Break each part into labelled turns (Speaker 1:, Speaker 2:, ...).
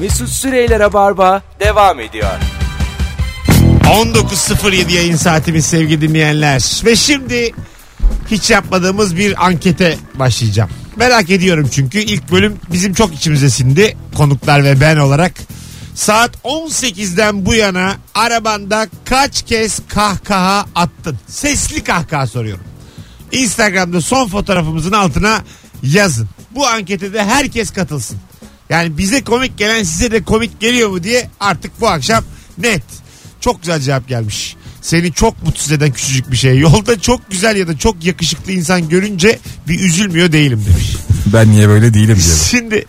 Speaker 1: Mesut Süreyler'e barba devam ediyor.
Speaker 2: 19.07 yayın saatimiz sevgili dinleyenler. Ve şimdi hiç yapmadığımız bir ankete başlayacağım. Merak ediyorum çünkü ilk bölüm bizim çok içimize sindi. Konuklar ve ben olarak. Saat 18'den bu yana arabanda kaç kez kahkaha attın? Sesli kahkaha soruyorum. Instagram'da son fotoğrafımızın altına yazın. Bu ankete de herkes katılsın. Yani bize komik gelen size de komik geliyor mu diye artık bu akşam net. Çok güzel cevap gelmiş. Seni çok mutsuz eden küçücük bir şey. Yolda çok güzel ya da çok yakışıklı insan görünce bir üzülmüyor değilim demiş.
Speaker 3: Ben niye böyle değilim diye.
Speaker 2: Şimdi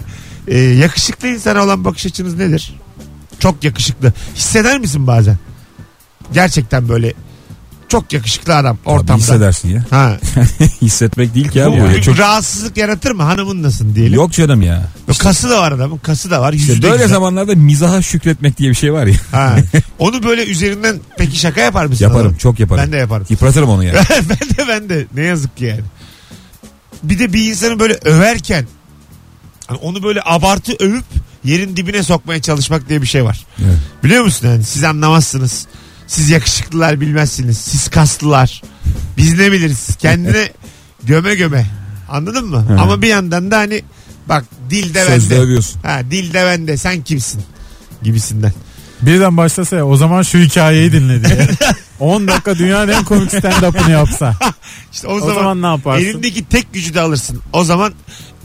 Speaker 2: e, yakışıklı insana olan bakış açınız nedir? Çok yakışıklı. Hisseder misin bazen? Gerçekten böyle çok yakışıklı adam
Speaker 3: Ortamda.
Speaker 2: ortamda.
Speaker 3: Hissedersin ya.
Speaker 2: Ha.
Speaker 3: Hissetmek değil ki ya bu.
Speaker 2: Bu
Speaker 3: Ya.
Speaker 2: bir
Speaker 3: Çok...
Speaker 2: rahatsızlık yaratır mı? Hanımın nasıl diyelim?
Speaker 3: Yok canım ya.
Speaker 2: Yok, Kası da var adamın. Kası da var. Yüzü
Speaker 3: İşte
Speaker 2: de
Speaker 3: böyle
Speaker 2: güzel.
Speaker 3: zamanlarda mizaha şükretmek diye bir şey var ya.
Speaker 2: Ha. Onu böyle üzerinden peki şaka yapar mısın?
Speaker 3: Yaparım
Speaker 2: adamın?
Speaker 3: çok yaparım.
Speaker 2: Ben de yaparım.
Speaker 3: Yıpratırım onu ya.
Speaker 2: ben de ben de. Ne yazık ki yani. Bir de bir insanı böyle överken hani onu böyle abartı övüp yerin dibine sokmaya çalışmak diye bir şey var.
Speaker 3: Evet.
Speaker 2: Biliyor musun yani siz anlamazsınız. Siz yakışıklılar bilmezsiniz. Siz kaslılar. Biz ne biliriz? Kendine göme göme. Anladın mı? Ama bir yandan da hani bak dil de
Speaker 3: Sözde
Speaker 2: bende.
Speaker 3: övüyorsun.
Speaker 2: Ha dil de bende. Sen kimsin? Gibisinden.
Speaker 4: Birden başlasa ya o zaman şu hikayeyi dinle diye. 10 dakika dünyanın en komik stand-up'ını yapsa.
Speaker 2: İşte o,
Speaker 4: O
Speaker 2: zaman,
Speaker 4: zaman, ne yaparsın?
Speaker 2: elindeki tek gücü de alırsın. O zaman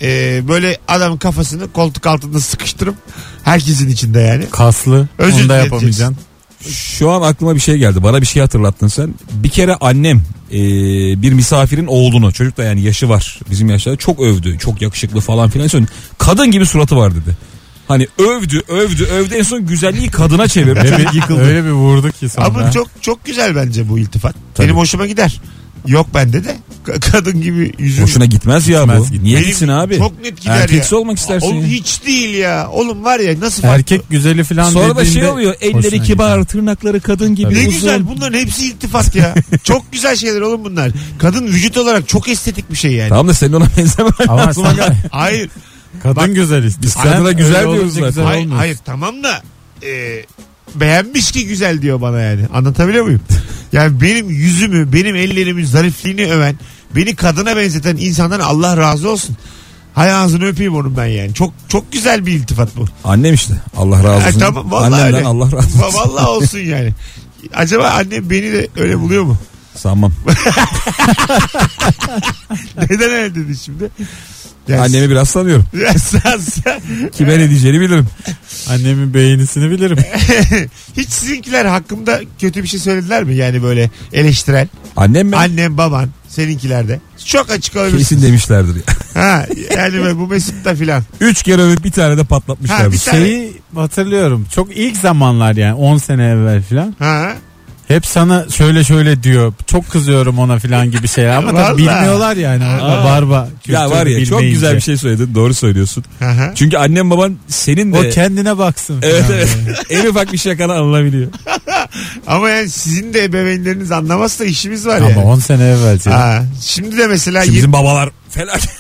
Speaker 2: e, böyle adamın kafasını koltuk altında sıkıştırıp herkesin içinde yani.
Speaker 4: Kaslı.
Speaker 2: Özür
Speaker 4: onu da
Speaker 2: dileyeceksin.
Speaker 4: yapamayacaksın.
Speaker 3: Şu an aklıma bir şey geldi. Bana bir şey hatırlattın sen. Bir kere annem e, bir misafirin oğlunu çocuk da yani yaşı var bizim yaşlarda çok övdü. Çok yakışıklı falan filan. En Son, kadın gibi suratı var dedi. Hani övdü övdü övdü en son güzelliği kadına çevirdi.
Speaker 4: Öyle bir, öyle bir vurdu ki sonra.
Speaker 2: Ama çok çok güzel bence bu iltifat.
Speaker 3: Tabii.
Speaker 2: Benim hoşuma gider. Yok bende de. Ka- Kadın gibi yüzün.
Speaker 3: Hoşuna gitmez ya
Speaker 4: Gitmez,
Speaker 3: bu.
Speaker 4: gitmez.
Speaker 3: Niye
Speaker 2: Benim
Speaker 3: gitsin abi?
Speaker 2: Çok net gider
Speaker 3: Erkeksi
Speaker 2: ya.
Speaker 3: olmak istersin.
Speaker 2: Oğlum
Speaker 3: ya.
Speaker 2: hiç değil ya. Oğlum var ya nasıl farklı.
Speaker 4: Erkek güzeli falan
Speaker 3: Sonra da şey
Speaker 4: dediğinde
Speaker 3: oluyor.
Speaker 4: hoşuna
Speaker 3: Elleri
Speaker 4: gider.
Speaker 3: kibar, tırnakları kadın gibi
Speaker 2: Ne
Speaker 3: uzun.
Speaker 2: güzel bunların hepsi iltifat ya. çok güzel şeyler oğlum bunlar. Kadın vücut olarak çok estetik bir şey yani.
Speaker 3: Tamam da senin ona benzemen
Speaker 4: Ama
Speaker 3: lazım.
Speaker 4: sen-
Speaker 2: Hayır.
Speaker 4: kadın güzel işte.
Speaker 3: biz
Speaker 4: Sen
Speaker 3: kadına güzel
Speaker 4: öyle
Speaker 3: diyoruz
Speaker 4: olunca
Speaker 3: zaten.
Speaker 4: güzel
Speaker 2: Hayır,
Speaker 4: olmuyorsun.
Speaker 2: hayır tamam da e, beğenmiş ki güzel diyor bana yani. Anlatabiliyor muyum? Yani benim yüzümü, benim ellerimi, zarifliğini öven, beni kadına benzeten insandan Allah razı olsun. Hay ağzını öpeyim onun ben yani. Çok çok güzel bir iltifat bu.
Speaker 3: Annem işte. Allah razı olsun.
Speaker 2: Ha, E, tamam, vallahi
Speaker 3: Annemden
Speaker 2: öyle.
Speaker 3: Allah razı
Speaker 2: Va-
Speaker 3: olsun.
Speaker 2: Vallahi olsun yani. Acaba annem beni de öyle buluyor mu?
Speaker 3: Sanmam.
Speaker 2: Neden öyle dedi şimdi? Ya,
Speaker 3: Annemi biraz sanıyorum.
Speaker 2: ya sen- sen-
Speaker 3: Kime ne diyeceğini bilirim.
Speaker 4: Annemin beğenisini bilirim.
Speaker 2: Hiç sizinkiler hakkımda kötü bir şey söylediler mi? Yani böyle eleştiren.
Speaker 3: Annem ben
Speaker 2: Annem baban seninkilerde. Çok açık
Speaker 3: kesin
Speaker 2: olabilirsin.
Speaker 3: demişlerdir. ya.
Speaker 2: Ha, yani böyle bu Mesut da filan.
Speaker 3: Üç kere övüp bir tane de
Speaker 2: Ha,
Speaker 3: patlatmışlardır.
Speaker 2: bir tane-
Speaker 4: Şeyi hatırlıyorum. Çok ilk zamanlar yani 10 sene evvel falan.
Speaker 2: Ha.
Speaker 4: Hep sana şöyle şöyle diyor. Çok kızıyorum ona falan gibi şeyler. Ama
Speaker 2: Vallahi.
Speaker 4: tabii bilmiyorlar yani. Orada barba
Speaker 3: ya var ya
Speaker 4: kültürü
Speaker 3: çok güzel
Speaker 4: bilmeyince.
Speaker 3: bir şey söyledin. Doğru söylüyorsun.
Speaker 2: Aha.
Speaker 3: Çünkü annem baban senin şey de
Speaker 4: O kendine baksın.
Speaker 3: Evet,
Speaker 4: falan
Speaker 3: evet.
Speaker 4: böyle.
Speaker 3: en ufak bir şakana alınabiliyor.
Speaker 2: Ama yani sizin de ebeveynleriniz anlamazsa işimiz var
Speaker 4: Ama
Speaker 2: yani.
Speaker 4: 10 sene evvel. canım.
Speaker 2: Ha, şimdi de mesela
Speaker 3: Şimdi
Speaker 2: yirmi-
Speaker 3: bizim babalar felaket.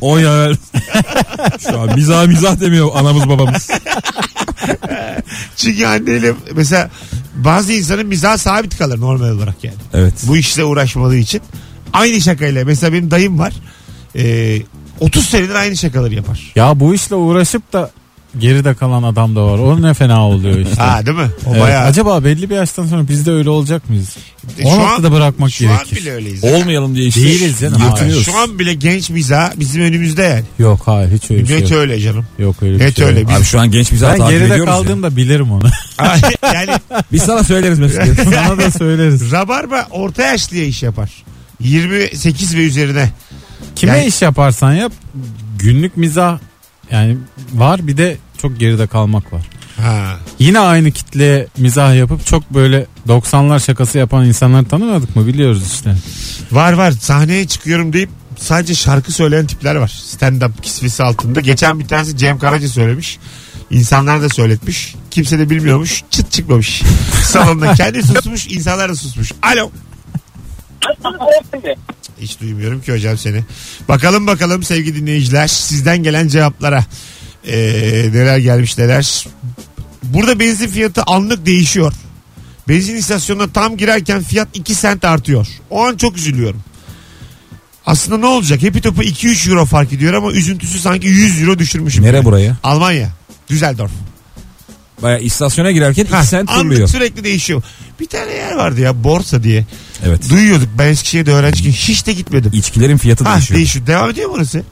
Speaker 3: o ya. Şu an mizah mizah demiyor anamız babamız.
Speaker 2: çünkü anneyle mesela bazı insanın mizahı sabit kalır normal olarak yani.
Speaker 3: Evet.
Speaker 2: Bu işle uğraşmadığı için. Aynı şakayla mesela benim dayım var. Ee, 30 senedir aynı şakaları yapar.
Speaker 4: Ya bu işle uğraşıp da geride kalan adam da var. O ne fena oluyor işte.
Speaker 2: Ha değil mi? O
Speaker 4: Evet,
Speaker 2: bayağı.
Speaker 4: Acaba belli bir yaştan sonra biz de öyle olacak mıyız?
Speaker 2: E,
Speaker 4: O
Speaker 2: şu an-
Speaker 4: noktada bırakmak
Speaker 2: şu
Speaker 4: gerekir.
Speaker 2: an bile öyleyiz.
Speaker 3: Olmayalım diye işte.
Speaker 4: Değiliz canım.
Speaker 3: Yırtınıyoruz.
Speaker 2: Şu an bile genç mizah bizim önümüzde yani.
Speaker 4: Yok hayır hiç öyle bir şey
Speaker 2: Net
Speaker 4: yok.
Speaker 2: öyle canım.
Speaker 4: Yok öyle bir
Speaker 2: Net
Speaker 4: şey yok.
Speaker 2: öyle. Biz-
Speaker 3: Abi şu an genç mizah
Speaker 4: Ben
Speaker 3: takip ediyoruz.
Speaker 4: geride
Speaker 3: ya.
Speaker 4: kaldığımda bilirim onu.
Speaker 2: yani
Speaker 3: Biz sana söyleriz mesela.
Speaker 4: Sana da söyleriz.
Speaker 2: Rabarba orta yaşlıya iş yapar. 28 ve üzerine.
Speaker 4: Kime
Speaker 2: Yani-
Speaker 4: iş yaparsan yap günlük mizah yani var bir de çok geride kalmak var.
Speaker 2: Ha.
Speaker 4: Yine aynı kitleye mizah yapıp çok böyle 90'lar şakası yapan insanları tanımadık mı biliyoruz işte.
Speaker 2: Var var sahneye çıkıyorum deyip sadece şarkı söyleyen tipler var. Stand up kisvesi altında. Geçen bir tanesi Cem Karaca söylemiş. İnsanlar da söyletmiş. Kimse de bilmiyormuş. Çıt çıkmamış. Salonda kendi susmuş. insanlar da susmuş. Alo. Hiç duymuyorum ki hocam seni. Bakalım bakalım sevgili dinleyiciler sizden gelen cevaplara. Ee, neler gelmiş neler. Burada benzin fiyatı anlık değişiyor. Benzin istasyonuna tam girerken fiyat 2 sent artıyor. O an çok üzülüyorum. Aslında ne olacak? Hepi topu 2-3 euro fark ediyor ama üzüntüsü sanki 100 euro düşürmüşüm.
Speaker 3: Nere
Speaker 2: Yani.
Speaker 3: buraya?
Speaker 2: Almanya. Düsseldorf.
Speaker 3: Baya istasyona girerken 2
Speaker 2: Ha,
Speaker 3: sent
Speaker 2: anlık
Speaker 3: fırlıyor.
Speaker 2: sürekli değişiyor. Bir tane yer vardı ya borsa diye.
Speaker 3: Evet.
Speaker 2: Duyuyorduk ben Eskişehir'de öğrenciyken hiç de gitmedim.
Speaker 3: İçkilerin fiyatı
Speaker 2: Ha
Speaker 3: değişiyor.
Speaker 2: değişiyor. Devam ediyor mu orası?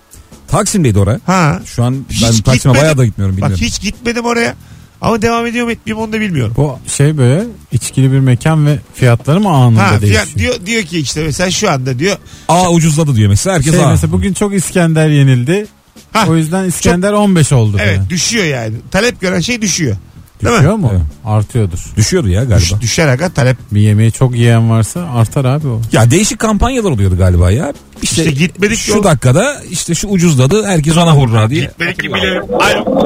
Speaker 3: Taksim'deydi oraya.
Speaker 2: Ha.
Speaker 3: Şu an
Speaker 2: Hiç
Speaker 3: ben Taksim'e
Speaker 2: gitmedim.
Speaker 3: bayağı da gitmiyorum bilmiyorum.
Speaker 2: Bak hiç gitmedim oraya. Ama devam ediyor mu etmiyor mu onu da bilmiyorum.
Speaker 4: Bu şey böyle içkili bir mekan ve fiyatları mı anında
Speaker 2: Ha
Speaker 4: değişiyor?
Speaker 2: fiyat diyor, diyor ki işte mesela şu anda diyor.
Speaker 3: Aa ucuzladı diyor mesela herkes
Speaker 4: Şey
Speaker 3: aa.
Speaker 4: mesela bugün çok İskender yenildi.
Speaker 2: Ha,
Speaker 4: o yüzden İskender 15 oldu.
Speaker 2: Evet
Speaker 4: böyle.
Speaker 2: düşüyor yani. Talep gören şey düşüyor. Değil mi?
Speaker 4: Düşüyor mu?
Speaker 3: Evet.
Speaker 4: Artıyordur.
Speaker 3: Düşüyordu ya
Speaker 2: Düş,
Speaker 3: galiba.
Speaker 2: düşer aga talep.
Speaker 4: Bir yemeği çok yiyen varsa artar abi o.
Speaker 3: Ya değişik kampanyalar oluyordu galiba ya. İşte,
Speaker 2: İşte gitmedik
Speaker 3: Şey, şu
Speaker 2: yol-
Speaker 3: dakikada işte şu ucuzladı herkes ona hurra diye.
Speaker 2: Gitmedik ki bile. Alo.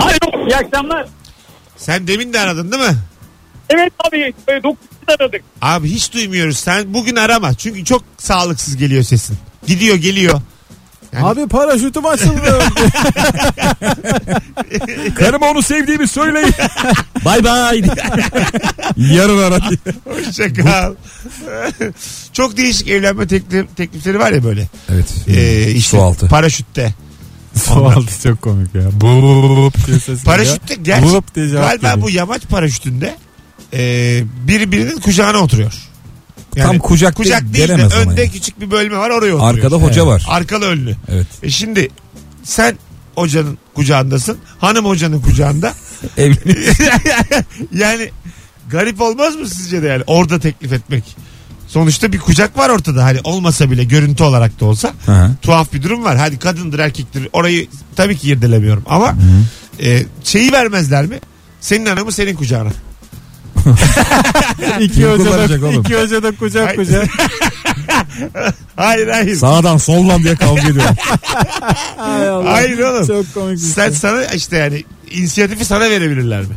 Speaker 5: Alo iyi akşamlar.
Speaker 2: Sen demin de aradın değil mi?
Speaker 5: Evet abi 9 aradık.
Speaker 2: Abi hiç duymuyoruz. Sen bugün arama. Çünkü çok sağlıksız geliyor sesin. Gidiyor geliyor. Yani-
Speaker 4: Abi paraşütüm açıldı.
Speaker 3: Karıma onu sevdiğimi söyleyin. bay bay. Yarın ara.
Speaker 2: Şaka. çok değişik evlenme tekli- teklifleri var ya böyle.
Speaker 3: Evet.
Speaker 2: Ee, işte
Speaker 3: Hmm, Su altı.
Speaker 2: Paraşütte.
Speaker 4: Sualtı çok komik ya. Bup diye ses geliyor.
Speaker 2: Paraşütte gerçi
Speaker 4: Vup diye cevap
Speaker 2: galiba
Speaker 4: geliyor.
Speaker 2: bu yamaç paraşütünde e, biri birinin kucağına oturuyor.
Speaker 3: Tam kucak,
Speaker 2: kucak değil de
Speaker 3: gelemez ama
Speaker 2: önde
Speaker 3: yani.
Speaker 2: küçük bir bölme var oraya oturuyor.
Speaker 3: Arkada hoca var.
Speaker 2: Arkalı önlü.
Speaker 3: Evet.
Speaker 2: E şimdi sen hocanın kucağındasın. Hanım hocanın kucağında.
Speaker 3: Evli.
Speaker 2: yani garip olmaz mı sizce de yani orada teklif etmek? Sonuçta bir kucak var ortada hani olmasa bile görüntü olarak da olsa
Speaker 3: Hı.
Speaker 2: tuhaf bir durum var. Hadi kadındır erkektir orayı tabii ki irdelemiyorum ama e, şeyi vermezler mi? Senin hanımı senin kucağına.
Speaker 4: İki
Speaker 3: Kim
Speaker 4: hoca
Speaker 3: kullanacak
Speaker 4: da,
Speaker 3: oğlum?
Speaker 4: iki hoca da kucak
Speaker 2: Ay-
Speaker 4: kucak.
Speaker 2: Hayır hayır.
Speaker 3: Sağdan soldan diye kavga ediyor.
Speaker 4: Ay Allah.
Speaker 2: Hayır oğlum.
Speaker 4: Çok komik bir
Speaker 2: Sen
Speaker 4: şey.
Speaker 2: sana işte yani inisiyatifi sana verebilirler mi?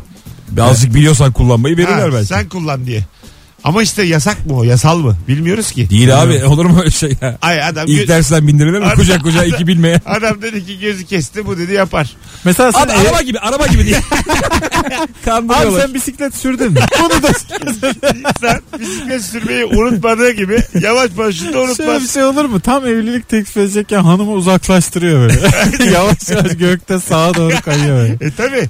Speaker 3: Birazcık biliyorsan kullanmayı verirler
Speaker 2: Ha,
Speaker 3: belki.
Speaker 2: Sen kullan diye. Ama işte yasak mı o yasal mı bilmiyoruz ki.
Speaker 3: Değil abi olur mu öyle şey ya?
Speaker 2: Ay adam, gö-
Speaker 3: İlk dersten bindirilir mi?
Speaker 2: Abi-
Speaker 3: Kucak kucağa iki bilmeye.
Speaker 2: adam dedi ki gözü kesti bu dedi yapar.
Speaker 4: Mesela sen
Speaker 3: Abi araba gibi araba gibi diye.
Speaker 4: Abi
Speaker 3: Kandırıyorlar.
Speaker 4: sen bisiklet sürdün. Bunu da
Speaker 2: Sen bisiklet sürmeyi unutmadığı gibi yavaş paraşütü
Speaker 4: şöyle bir
Speaker 2: unutmaz.
Speaker 4: şey olur mu? Tam evlilik teklif edecekken hanımı uzaklaştırıyor böyle. yavaş yavaş gökte sağa doğru kayıyor böyle.
Speaker 2: E tabi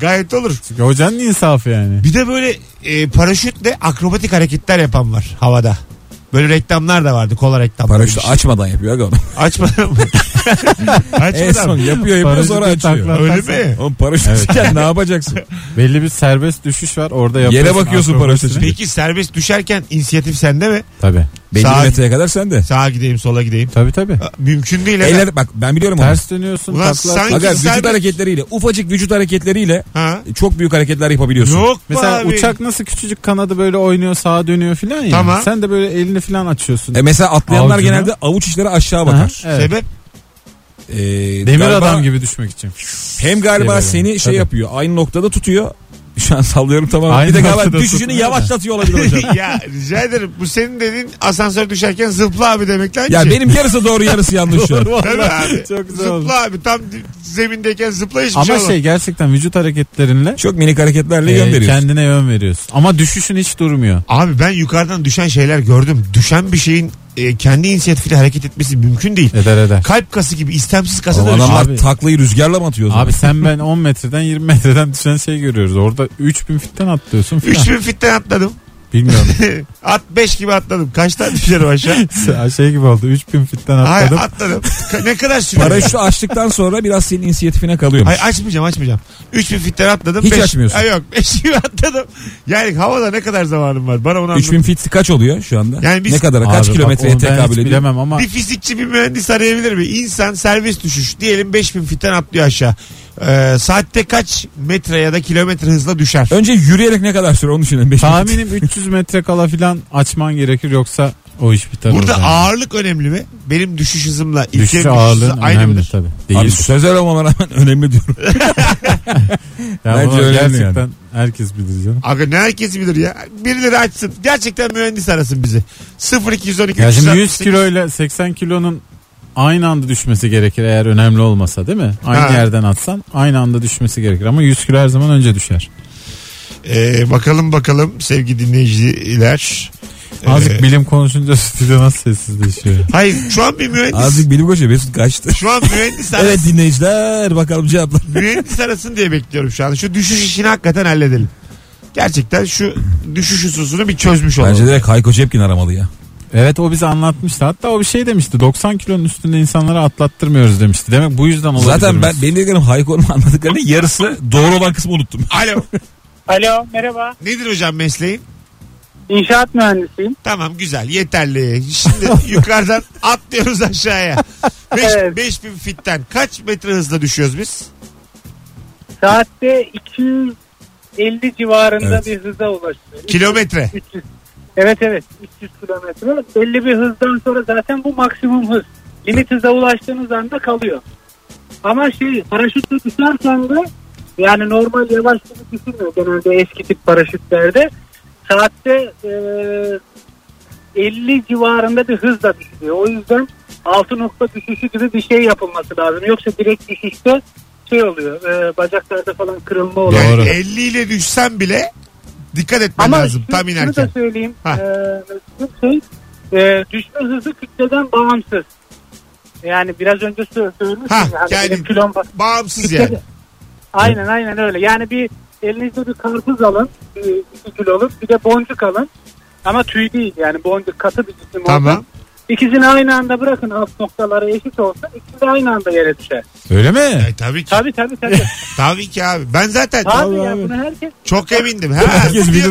Speaker 2: gayet olur.
Speaker 4: Çünkü hocanın insafı yani.
Speaker 2: Bir de böyle e, paraşütle akrobatik hareketler yapan var havada. Böyle reklamlar da vardı kola reklamları.
Speaker 3: Paraşütü
Speaker 2: Bir şey.
Speaker 3: açmadan yapıyor. aga adam.
Speaker 2: Açmadan mı?
Speaker 3: En son
Speaker 2: Açmadan mı?
Speaker 3: yapıyor yapıyor sonra
Speaker 4: Paraşütü
Speaker 3: açıyor.
Speaker 4: takla-
Speaker 2: Öyle mi?
Speaker 3: Oğlum paraşüt
Speaker 4: Evet.
Speaker 3: açarken ne yapacaksın?
Speaker 4: Belli bir serbest düşüş var orada yapıyorsun.
Speaker 3: Yere bakıyorsun
Speaker 4: akrobasini.
Speaker 3: paraşütü.
Speaker 2: Peki serbest düşerken inisiyatif sende mi?
Speaker 4: Tabii.
Speaker 3: Belli
Speaker 2: Sağa-
Speaker 3: bir metreye kadar sen de.
Speaker 2: Sağa gideyim sola gideyim.
Speaker 4: Tabii tabii.
Speaker 2: Aa, Mümkün değil. Eller...
Speaker 3: Eller bak ben biliyorum onu.
Speaker 4: Ters dönüyorsun
Speaker 2: Ulan
Speaker 4: takla.
Speaker 2: sanki-
Speaker 3: Aga vücut
Speaker 2: serbest-
Speaker 3: hareketleriyle ufacık vücut hareketleriyle
Speaker 2: Ha?
Speaker 3: çok büyük hareketler yapabiliyorsun.
Speaker 2: Yok be
Speaker 4: Mesela
Speaker 2: abi.
Speaker 4: uçak nasıl küçücük kanadı böyle oynuyor sağa dönüyor filan ya.
Speaker 2: Tamam.
Speaker 4: Sen de böyle elini filan açıyorsun.
Speaker 3: E mesela atlayanlar
Speaker 4: Avucunu.
Speaker 3: genelde avuç içleri aşağı
Speaker 4: Aha,
Speaker 3: bakar.
Speaker 4: evet.
Speaker 2: Sebep?
Speaker 3: E,
Speaker 4: Demir
Speaker 3: galiba-
Speaker 4: adam gibi düşmek için.
Speaker 3: Hem galiba
Speaker 4: Demir adam.
Speaker 3: seni şey
Speaker 4: Tabii.
Speaker 3: yapıyor. Aynı noktada tutuyor. Şu an sallıyorum tamam.
Speaker 4: Aynı
Speaker 3: bir de galiba
Speaker 4: noktada
Speaker 3: düşüşünü
Speaker 4: tutmuyor da.
Speaker 3: yavaşlatıyor olabilir hocam.
Speaker 2: ya rica ederim. Bu senin dediğin asansör düşerken zıpla abi demekle aynı
Speaker 3: ya
Speaker 2: şey.
Speaker 3: benim yarısı doğru yarısı yanlış şu an.
Speaker 2: Tabii abi.
Speaker 4: Çok güzel oldu.
Speaker 2: zıpla abi. Tam zemindeyken zıpla hiçbir
Speaker 4: Ama
Speaker 2: şey olmaz.
Speaker 4: şey gerçekten vücut hareketlerinle
Speaker 3: Çok minik hareketlerle
Speaker 4: e,
Speaker 3: yön veriyorsun.
Speaker 4: kendine yön veriyorsun. Ama düşüşün hiç durmuyor.
Speaker 2: Abi ben yukarıdan düşen şeyler gördüm. Düşen bir şeyin e, kendi inisiyatifiyle hareket etmesi mümkün değil.
Speaker 4: Eder eder.
Speaker 2: Kalp kası gibi istemsiz kasa
Speaker 3: Ama
Speaker 2: dönüşü.
Speaker 3: adamlar
Speaker 4: Abi-
Speaker 3: taklayı rüzgarla mı atıyor? o zaman?
Speaker 4: Abi sen ben 10 metreden 20 metreden düşen şey görüyoruz. Orada 3000 fitten atlıyorsun filan.
Speaker 2: 3000 fitten atladım.
Speaker 4: Bilmiyorum.
Speaker 2: At 5 gibi atladım. Kaç tane düşerim aşağı?
Speaker 4: şey gibi oldu. 3000 fitten
Speaker 2: Hayır
Speaker 4: atladım.
Speaker 2: atladım. Ka- Ne kadar sürüyor?
Speaker 3: Paraşütü açtıktan sonra biraz senin inisiyatifine kalıyormuş.
Speaker 2: Hayır açmayacağım açmayacağım. 3000 fitten atladım.
Speaker 3: Hiç
Speaker 2: beş-
Speaker 3: açmıyorsun.
Speaker 2: Ay yok 5 gibi atladım. Yani havada ne kadar zamanım var? Bana onu anlat.
Speaker 3: 3000 fit kaç oluyor şu anda?
Speaker 2: Yani biz-
Speaker 3: ne kadara kaç
Speaker 4: Abi bak
Speaker 3: kilometreye
Speaker 4: onu ben hiç
Speaker 3: tekabül ediyor?
Speaker 4: bilemem ama
Speaker 2: Bir fizikçi bir mühendis arayabilir mi? İnsan serbest düşüş. Diyelim 5000 fitten atlıyor aşağı. Ee, saatte kaç metre ya da kilometre hızla düşer?
Speaker 3: Önce yürüyerek ne kadar süre onu düşünelim. Beş bin fit.
Speaker 4: tahminim 300 metre kala filan açman gerekir yoksa o iş biter.
Speaker 2: Burada
Speaker 4: orada.
Speaker 2: ağırlık önemli mi? Benim düşüş hızımla ilkenin düşüş
Speaker 4: düşüş
Speaker 2: hızı
Speaker 4: ağırlığın
Speaker 2: aynı
Speaker 4: önemli
Speaker 2: mıdır?
Speaker 4: tabii.
Speaker 3: Abi
Speaker 4: Değil.
Speaker 3: sözel olmama rağmen önemli diyorum.
Speaker 4: Ya
Speaker 3: Bence
Speaker 4: bunu
Speaker 3: önemli
Speaker 4: gerçekten herkes bilir canım.
Speaker 2: Aga ne herkes bilir ya. Birileri açsın. Gerçekten mühendis arasın bizi. 0212
Speaker 4: Ya şimdi 100
Speaker 2: 368.
Speaker 4: kilo ile 80 kilonun aynı anda düşmesi gerekir eğer önemli olmasa değil mi? Aynı
Speaker 2: Ha.
Speaker 4: yerden atsan aynı anda düşmesi gerekir ama 100 kilo her zaman önce düşer.
Speaker 2: Ee, bakalım bakalım sevgili dinleyiciler.
Speaker 4: Azıcık
Speaker 2: Ee,
Speaker 4: bilim konuşunca stüdyo nasıl sessizleşiyor?
Speaker 2: Hayır şu an bir mühendis.
Speaker 3: Azıcık bilim koşuyor Mesut kaçtı.
Speaker 2: Şu an mühendis arasın.
Speaker 3: evet dinleyiciler bakalım cevaplar.
Speaker 2: mühendis arasın diye bekliyorum şu an. Şu düşüş işini hakikaten halledelim. Gerçekten şu düşüş hususunu bir çözmüş olalım.
Speaker 3: Bence direkt Hayko Cepkin aramalı ya.
Speaker 4: Evet o bize anlatmıştı. Hatta o bir şey demişti. 90 kilonun üstünde insanları atlattırmıyoruz demişti. Demek bu yüzden olabilir.
Speaker 3: Zaten ben
Speaker 4: mi?
Speaker 3: benim dediklerim Hayko'nun anladıklarının yarısı doğru olan kısmı unuttum.
Speaker 2: Alo.
Speaker 5: Alo merhaba.
Speaker 2: Nedir hocam mesleğin?
Speaker 5: İnşaat mühendisiyim.
Speaker 2: Tamam güzel yeterli. Şimdi yukarıdan atlıyoruz aşağıya. Beş,
Speaker 5: Evet.
Speaker 2: 5000 fitten kaç metre hızla düşüyoruz biz?
Speaker 5: Saatte 250 civarında
Speaker 3: Evet.
Speaker 5: bir hıza ulaşıyor.
Speaker 2: Kilometre.
Speaker 5: 300. Evet evet 300 kilometre. Belli bir hızdan sonra zaten bu maksimum hız. Limit hıza ulaştığınız anda kalıyor. Ama şey paraşütle düşerken de yani normal yavaş gibi düşürmüyor genelde eski tip paraşütlerde. Saatte e, 50 civarında bir hızla düşüyor. O yüzden 6 nokta düşüşü gibi bir şey yapılması lazım. Yoksa direkt düşüşte şey oluyor e, bacaklarda falan kırılma oluyor.
Speaker 2: Yani
Speaker 4: Doğru.
Speaker 2: 50 ile düşsen bile dikkat etmen
Speaker 5: Ama
Speaker 2: lazım
Speaker 5: şu-
Speaker 2: tam
Speaker 5: şunu da
Speaker 2: inerken.
Speaker 5: söyleyeyim.
Speaker 2: Ha.
Speaker 5: Ee, şu şey, e, düşme hızı kütleden bağımsız. Yani biraz önce sö- söylemiştim.
Speaker 2: Ha,
Speaker 5: ya, hani
Speaker 2: yani-
Speaker 5: benim kilom ba-
Speaker 2: Bağımsız
Speaker 5: kütleden-
Speaker 2: yani.
Speaker 5: Aynen aynen öyle. Yani bir elinizde bir karpuz alın. Bir, iki kiloluk. Bir de boncuk alın. Ama tüy değil yani boncuk katı bir cisim
Speaker 2: Tamam.
Speaker 5: olsun. İkisini aynı anda bırakın alt noktaları eşit olsun. İkisi de aynı anda yere düşer.
Speaker 4: Öyle mi?
Speaker 2: E, tabii ki. Tabii.
Speaker 5: Tabii tabii tabii.
Speaker 2: ki abi. Ben zaten
Speaker 5: abi ya
Speaker 4: abi.
Speaker 5: bunu herkes
Speaker 2: çok emindim. Ha, herkes bilir.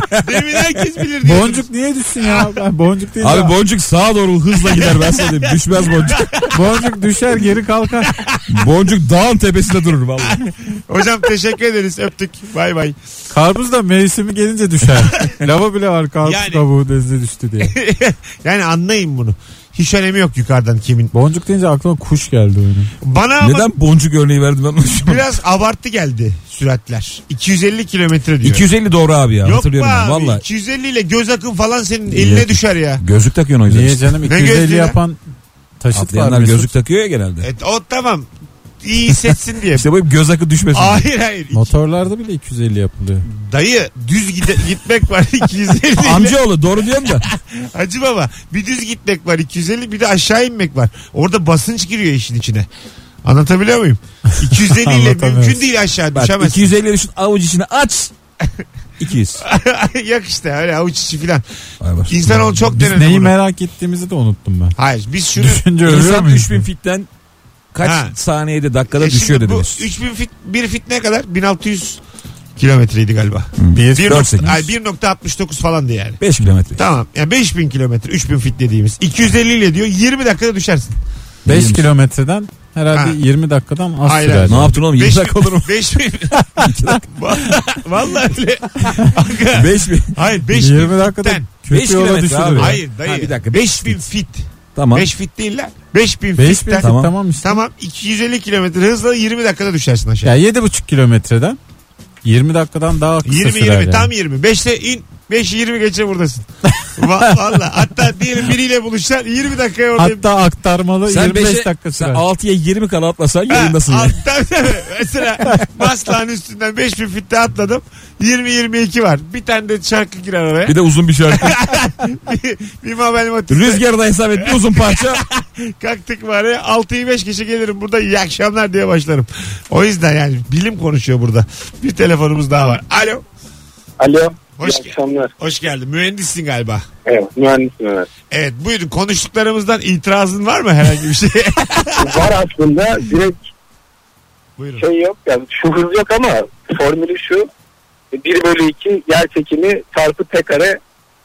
Speaker 2: Demin herkes bilir diye.
Speaker 4: Boncuk niye düşsün ya? Ben boncuk değil.
Speaker 3: Abi
Speaker 4: ya.
Speaker 3: boncuk sağa doğru hızla gider ben sana diyeyim. Düşmez boncuk.
Speaker 4: boncuk düşer geri kalkar.
Speaker 3: Boncuk dağın tepesinde durur vallahi.
Speaker 2: Hocam teşekkür ederiz. Öptük. Bay bay.
Speaker 4: Karpuz da mevsimi gelince düşer. Lava bile var karpuz
Speaker 2: Yani-
Speaker 4: kabuğu denize düştü diye.
Speaker 2: Yani anlayın bunu. Hiç önemi yok yukarıdan kimin.
Speaker 4: Boncuk deyince aklıma kuş geldi oyunun.
Speaker 2: Bana ama
Speaker 3: Neden boncuk örneği verdim ben bunu
Speaker 2: biraz abartı geldi süratler. 250 kilometre diyor.
Speaker 3: 250 doğru abi ya
Speaker 2: Yok be
Speaker 3: hatırlıyorum ben
Speaker 2: abi.
Speaker 3: valla.
Speaker 2: 250 ile göz akın falan senin
Speaker 3: İyi
Speaker 2: eline
Speaker 3: yaptın.
Speaker 2: düşer ya.
Speaker 3: Gözlük takıyorsun o yüzden.
Speaker 4: Niye
Speaker 3: işte.
Speaker 4: canım
Speaker 2: Ne gözlüğü
Speaker 4: 250
Speaker 2: ya?
Speaker 4: yapan taşıt var
Speaker 3: Atlayanlar
Speaker 4: Mesut.
Speaker 3: gözlük takıyor ya genelde.
Speaker 2: Evet, o tamam. İyi hissetsin diye.
Speaker 3: İşte bu göz akı düşmesin.
Speaker 2: hayır hayır.
Speaker 4: Motorlarda bile 250 yapılıyor.
Speaker 2: Dayı düz gide- gitmek var 250 ile.
Speaker 3: Amcaoğlu doğru diyorum da.
Speaker 2: Hacı baba bir düz gitmek var 250 bir de aşağı inmek var. Orada basınç giriyor işin içine. Anlatabiliyor muyum? 250 ile
Speaker 4: Anlatamıyoruz.
Speaker 2: mümkün değil aşağı
Speaker 3: Bak
Speaker 2: düşemezsin.
Speaker 3: 250 düşün avuç içine aç. 200.
Speaker 2: Yok işte öyle avuç içi filan.
Speaker 3: Vay var.
Speaker 2: İnsanoğlu çok
Speaker 4: Biz
Speaker 2: denedi
Speaker 4: neyi
Speaker 2: bunu.
Speaker 4: merak ettiğimizi de unuttum ben.
Speaker 2: Hayır biz şunu
Speaker 4: Düşünce ölüyor
Speaker 3: İnsan
Speaker 4: muyuz?
Speaker 3: 3000 fitten kaç
Speaker 2: Ha.
Speaker 3: saniyede dakikada
Speaker 2: E şimdi
Speaker 3: düşüyor
Speaker 2: bu
Speaker 3: dediniz.
Speaker 2: 3000 fit, bir fit ne kadar? 1600 kilometreydi galiba.
Speaker 4: Bir-
Speaker 2: Bir
Speaker 3: Hmm. Dört
Speaker 2: nokta-
Speaker 3: sekiz.
Speaker 2: ay, 1.69 falandı yani.
Speaker 3: 5 kilometre.
Speaker 2: Tamam. Ya 5000 kilometre 3000 fit dediğimiz. 250 ile diyor 20 dakikada düşersin.
Speaker 4: 5 kilometreden herhalde
Speaker 2: Ha.
Speaker 4: 20 dakikadan az
Speaker 2: Aynen.
Speaker 4: sürer.
Speaker 3: Ne yaptın oğlum? 20
Speaker 2: Beş
Speaker 3: dakika
Speaker 2: bin-
Speaker 3: olur mu?
Speaker 2: beş bin- Vallahi öyle.
Speaker 3: 5 bin.
Speaker 2: Hayır 5000
Speaker 4: 20 dakikada
Speaker 2: fitten.
Speaker 4: kötü
Speaker 3: Beş
Speaker 4: yola
Speaker 3: kilometre abi.
Speaker 4: düşürür.
Speaker 2: Hayır dayı.
Speaker 3: Ha, bir dakika, beş
Speaker 2: 5000 fit.
Speaker 3: Tamam.
Speaker 2: 5 fit değil lan. 5000
Speaker 4: 5
Speaker 2: fitten.
Speaker 4: bin
Speaker 2: Tamam.
Speaker 4: tamam. tamam işte.
Speaker 2: Tamam 250 kilometre hızla 20 dakikada düşersin aşağı.
Speaker 4: Ya yedi buçuk kilometreden 20 dakikadan daha kısa
Speaker 2: 20
Speaker 4: sürer
Speaker 2: 20
Speaker 4: yani.
Speaker 2: tam 20. 5'te in. 5 20 geçe buradasın. Va- Valla hatta diyelim biriyle buluşsan 20 dakikaya oradayım.
Speaker 4: Hatta aktarmalı
Speaker 3: Sen
Speaker 4: 25
Speaker 3: beşe-
Speaker 4: dakika
Speaker 3: Sen
Speaker 4: sürer.
Speaker 3: 6'ya 20 kala atlasan
Speaker 2: Ha,
Speaker 3: yayındasın yani.
Speaker 2: at- tabii, tabii. Mesela Maslak'ın üstünden 5000 fitte atladım. 20-22 var. Bir tane de şarkı girer oraya.
Speaker 3: Bir de uzun bir şarkı.
Speaker 2: bir, bir Mabel Matiz.
Speaker 3: Rüzgarı da hesap et. Bir uzun parça.
Speaker 2: Kalktık var ya 6'yı 5 kişi gelirim burada iyi akşamlar diye başlarım. O yüzden yani bilim konuşuyor burada. Bir telefonumuz daha var. Alo.
Speaker 6: Alo.
Speaker 2: Hoş
Speaker 6: iyi
Speaker 2: gel-
Speaker 6: akşamlar.
Speaker 2: Hoş geldin. Mühendissin galiba.
Speaker 6: Evet, mühendisim evet.
Speaker 2: Evet buyurun konuştuklarımızdan itirazın var mı herhangi bir şey?
Speaker 6: Var aslında direkt
Speaker 2: buyurun.
Speaker 6: şey yok. Yani şu hız yok ama formülü şu. 1 bölü 2 yer çekimi çarpı t kare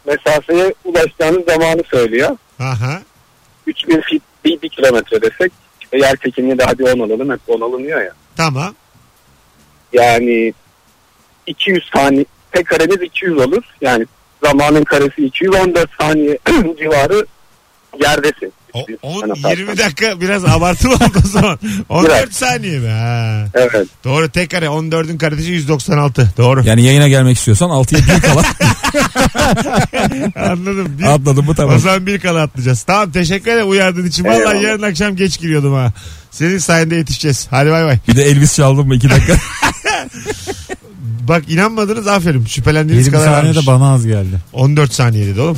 Speaker 6: mesafeye ulaşacağınız zamanı söylüyor.
Speaker 2: Aha.
Speaker 6: 3000 fit bir, bir kilometre desek işte yer çekimini de hadi 10 alalım hep 10 alınıyor ya.
Speaker 2: Tamam.
Speaker 6: Yani 200 saniye t kareniz 200 olur. Yani zamanın karesi 214 saniye civarı yerdesin.
Speaker 2: O, on-
Speaker 6: Yani
Speaker 2: 20 dakika biraz abartılı oldu o zaman. 14 saniye mi? Ha.
Speaker 6: Evet.
Speaker 2: Doğru tek kare 14'ün karesi 196. Doğru.
Speaker 3: Yani yayına gelmek istiyorsan 6'ya 1 kala
Speaker 2: Anladım. Bir,
Speaker 3: Atladım mı
Speaker 2: O
Speaker 3: tamam.
Speaker 2: zaman bir kala atlayacağız. Tamam teşekkür ederim uyardığın için. Valla
Speaker 6: Eyvallah.
Speaker 2: yarın akşam geç giriyordum ha. Senin sayende yetişeceğiz. Hadi bay bay.
Speaker 3: Bir de Elvis çaldım mı iki dakika.
Speaker 2: Bak inanmadınız aferin. Şüphelendiğiniz
Speaker 4: 20
Speaker 2: kadar
Speaker 4: saniye
Speaker 2: varmış.
Speaker 4: de bana az geldi.
Speaker 2: 14 saniye dedi oğlum.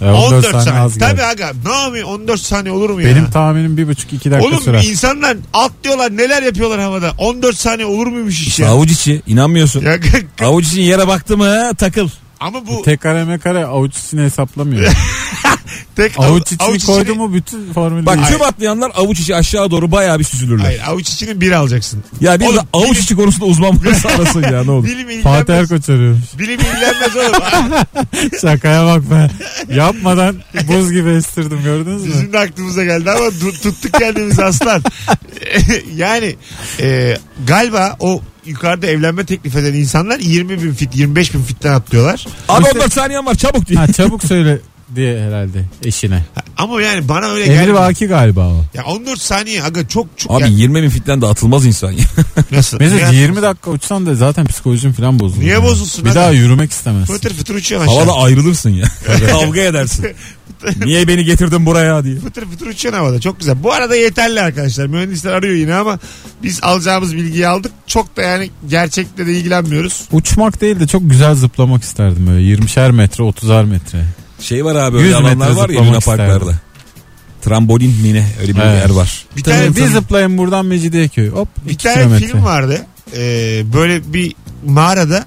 Speaker 4: Ya
Speaker 2: 14,
Speaker 4: 14
Speaker 2: saniye.
Speaker 4: saniye az geldi.
Speaker 2: Tabii aga ne yapayım 14 saniye olur mu ya?
Speaker 4: Benim tahminim 1,5-2 dakika
Speaker 2: Oğlum
Speaker 4: sürer.
Speaker 2: insanlar atlıyorlar neler yapıyorlar havada. 14 saniye olur muymuş iş ya?
Speaker 3: Avuç içi inanmıyorsun.
Speaker 2: Ya,
Speaker 3: Avuç için yere baktı mı takıl.
Speaker 2: ama bu
Speaker 4: Tek kare mekare avuç içini hesaplamıyor.
Speaker 2: tek
Speaker 4: avuç içini
Speaker 2: içini-
Speaker 4: koydu mu bütün formülü.
Speaker 3: Bak
Speaker 4: Bak,
Speaker 3: tüm atlayanlar avuç içi aşağı doğru bayağı bir süzülürler.
Speaker 2: Hayır avuç içini bir alacaksın.
Speaker 3: Ya bir de
Speaker 2: Oğlum,
Speaker 3: avuç
Speaker 2: bilim-
Speaker 3: içi konusunda uzman varsa arasın ya ne olur.
Speaker 2: Bilim
Speaker 4: Fatih
Speaker 2: ilgilenmez.
Speaker 4: Erkoç arıyormuş.
Speaker 2: Bilim ilgilenmez oğlum.
Speaker 4: Şakaya bak be. Yapmadan buz gibi estirdim gördünüz mü?
Speaker 2: Bizim de aklımıza geldi ama du- tuttuk kendimizi aslan. yani e, galiba o yukarıda evlenme teklif eden insanlar 20 bin fit 25 bin fitten atlıyorlar.
Speaker 3: Abi 14 saniyen var çabuk diye.
Speaker 4: Ha, çabuk söyle diye herhalde eşine.
Speaker 2: Ama yani bana öyle
Speaker 4: Emir
Speaker 2: geldi.
Speaker 4: Vaki galiba o.
Speaker 2: Ya 14 saniye aga çok çok.
Speaker 3: Abi
Speaker 2: ya,
Speaker 3: 20 bin fitten de atılmaz insan ya.
Speaker 2: nasıl?
Speaker 4: Mesela
Speaker 2: Yani
Speaker 4: 20 dakika uçsan da zaten psikolojin falan bozulur.
Speaker 2: Niye
Speaker 4: Yani.
Speaker 2: bozulsun
Speaker 4: Bir
Speaker 2: abi?
Speaker 4: daha yürümek istemez.
Speaker 2: Fıtır fıtır uçuyor aşağı.
Speaker 3: Havada ayrılırsın ya. Kavga edersin. Niye beni getirdin buraya diye.
Speaker 2: Fıtır fıtır uçuyor havada. Çok güzel. Bu arada yeterli arkadaşlar. Mühendisler arıyor yine ama biz alacağımız bilgiyi aldık. Çok da yani gerçekle de ilgilenmiyoruz.
Speaker 4: Uçmak değil de çok güzel zıplamak isterdim böyle 20'şer metre 30'ar metre.
Speaker 3: Şey var abi
Speaker 4: 100
Speaker 3: öyle
Speaker 4: metre
Speaker 3: alanlar var ya
Speaker 4: zıplamak
Speaker 3: Luna Parklarda.
Speaker 4: isterdim.
Speaker 3: Trambolin mine öyle bir
Speaker 4: Evet.
Speaker 3: yer var.
Speaker 2: Bir
Speaker 4: Tabii,
Speaker 2: tane,
Speaker 4: bir zıplayın buradan Mecidiyeköy. Hop
Speaker 2: bir
Speaker 4: 2
Speaker 2: tane
Speaker 4: kilometre.
Speaker 2: film vardı. Ee, böyle bir mağarada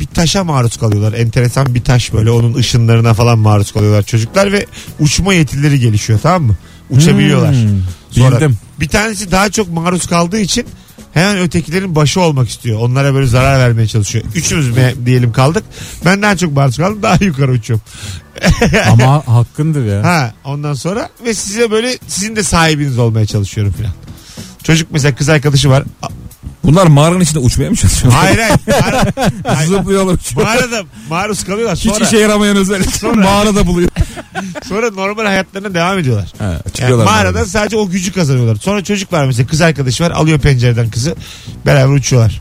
Speaker 2: bir taşa maruz kalıyorlar. Enteresan bir taş böyle onun ışınlarına falan maruz kalıyorlar çocuklar ve uçma yetileri gelişiyor tamam mı? Uçabiliyorlar.
Speaker 4: Hmm,
Speaker 2: Sonra
Speaker 4: Bildim.
Speaker 2: Bir tanesi daha çok maruz kaldığı için hemen ötekilerin başı olmak istiyor. Onlara böyle zarar vermeye çalışıyor. Üçümüz me- diyelim kaldık. Ben daha çok maruz kaldım. Daha yukarı uçuyorum.
Speaker 4: Ama hakkındır ya.
Speaker 2: Ha ondan sonra ve size böyle sizin de sahibiniz olmaya çalışıyorum filan. Çocuk mesela kız arkadaşı var. A-
Speaker 3: Bunlar mağaranın içinde uçmaya mı çalışıyorlar?
Speaker 2: Hayır hayır. Mağara- hayır.
Speaker 3: Zıplıyorlar uçuyorlar.
Speaker 2: Mağarada maruz kalıyorlar.
Speaker 3: Hiç
Speaker 2: Sonra,
Speaker 3: işe
Speaker 4: şey-
Speaker 3: yaramayan özellik. Mağarada buluyor.
Speaker 2: sonra normal hayatlarına devam ediyorlar.
Speaker 3: Ha,
Speaker 2: Yani
Speaker 3: çıkıyorlar
Speaker 2: mağaradan sadece o gücü kazanıyorlar. Sonra çocuk var mesela kız arkadaşı var alıyor pencereden kızı beraber uçuyorlar.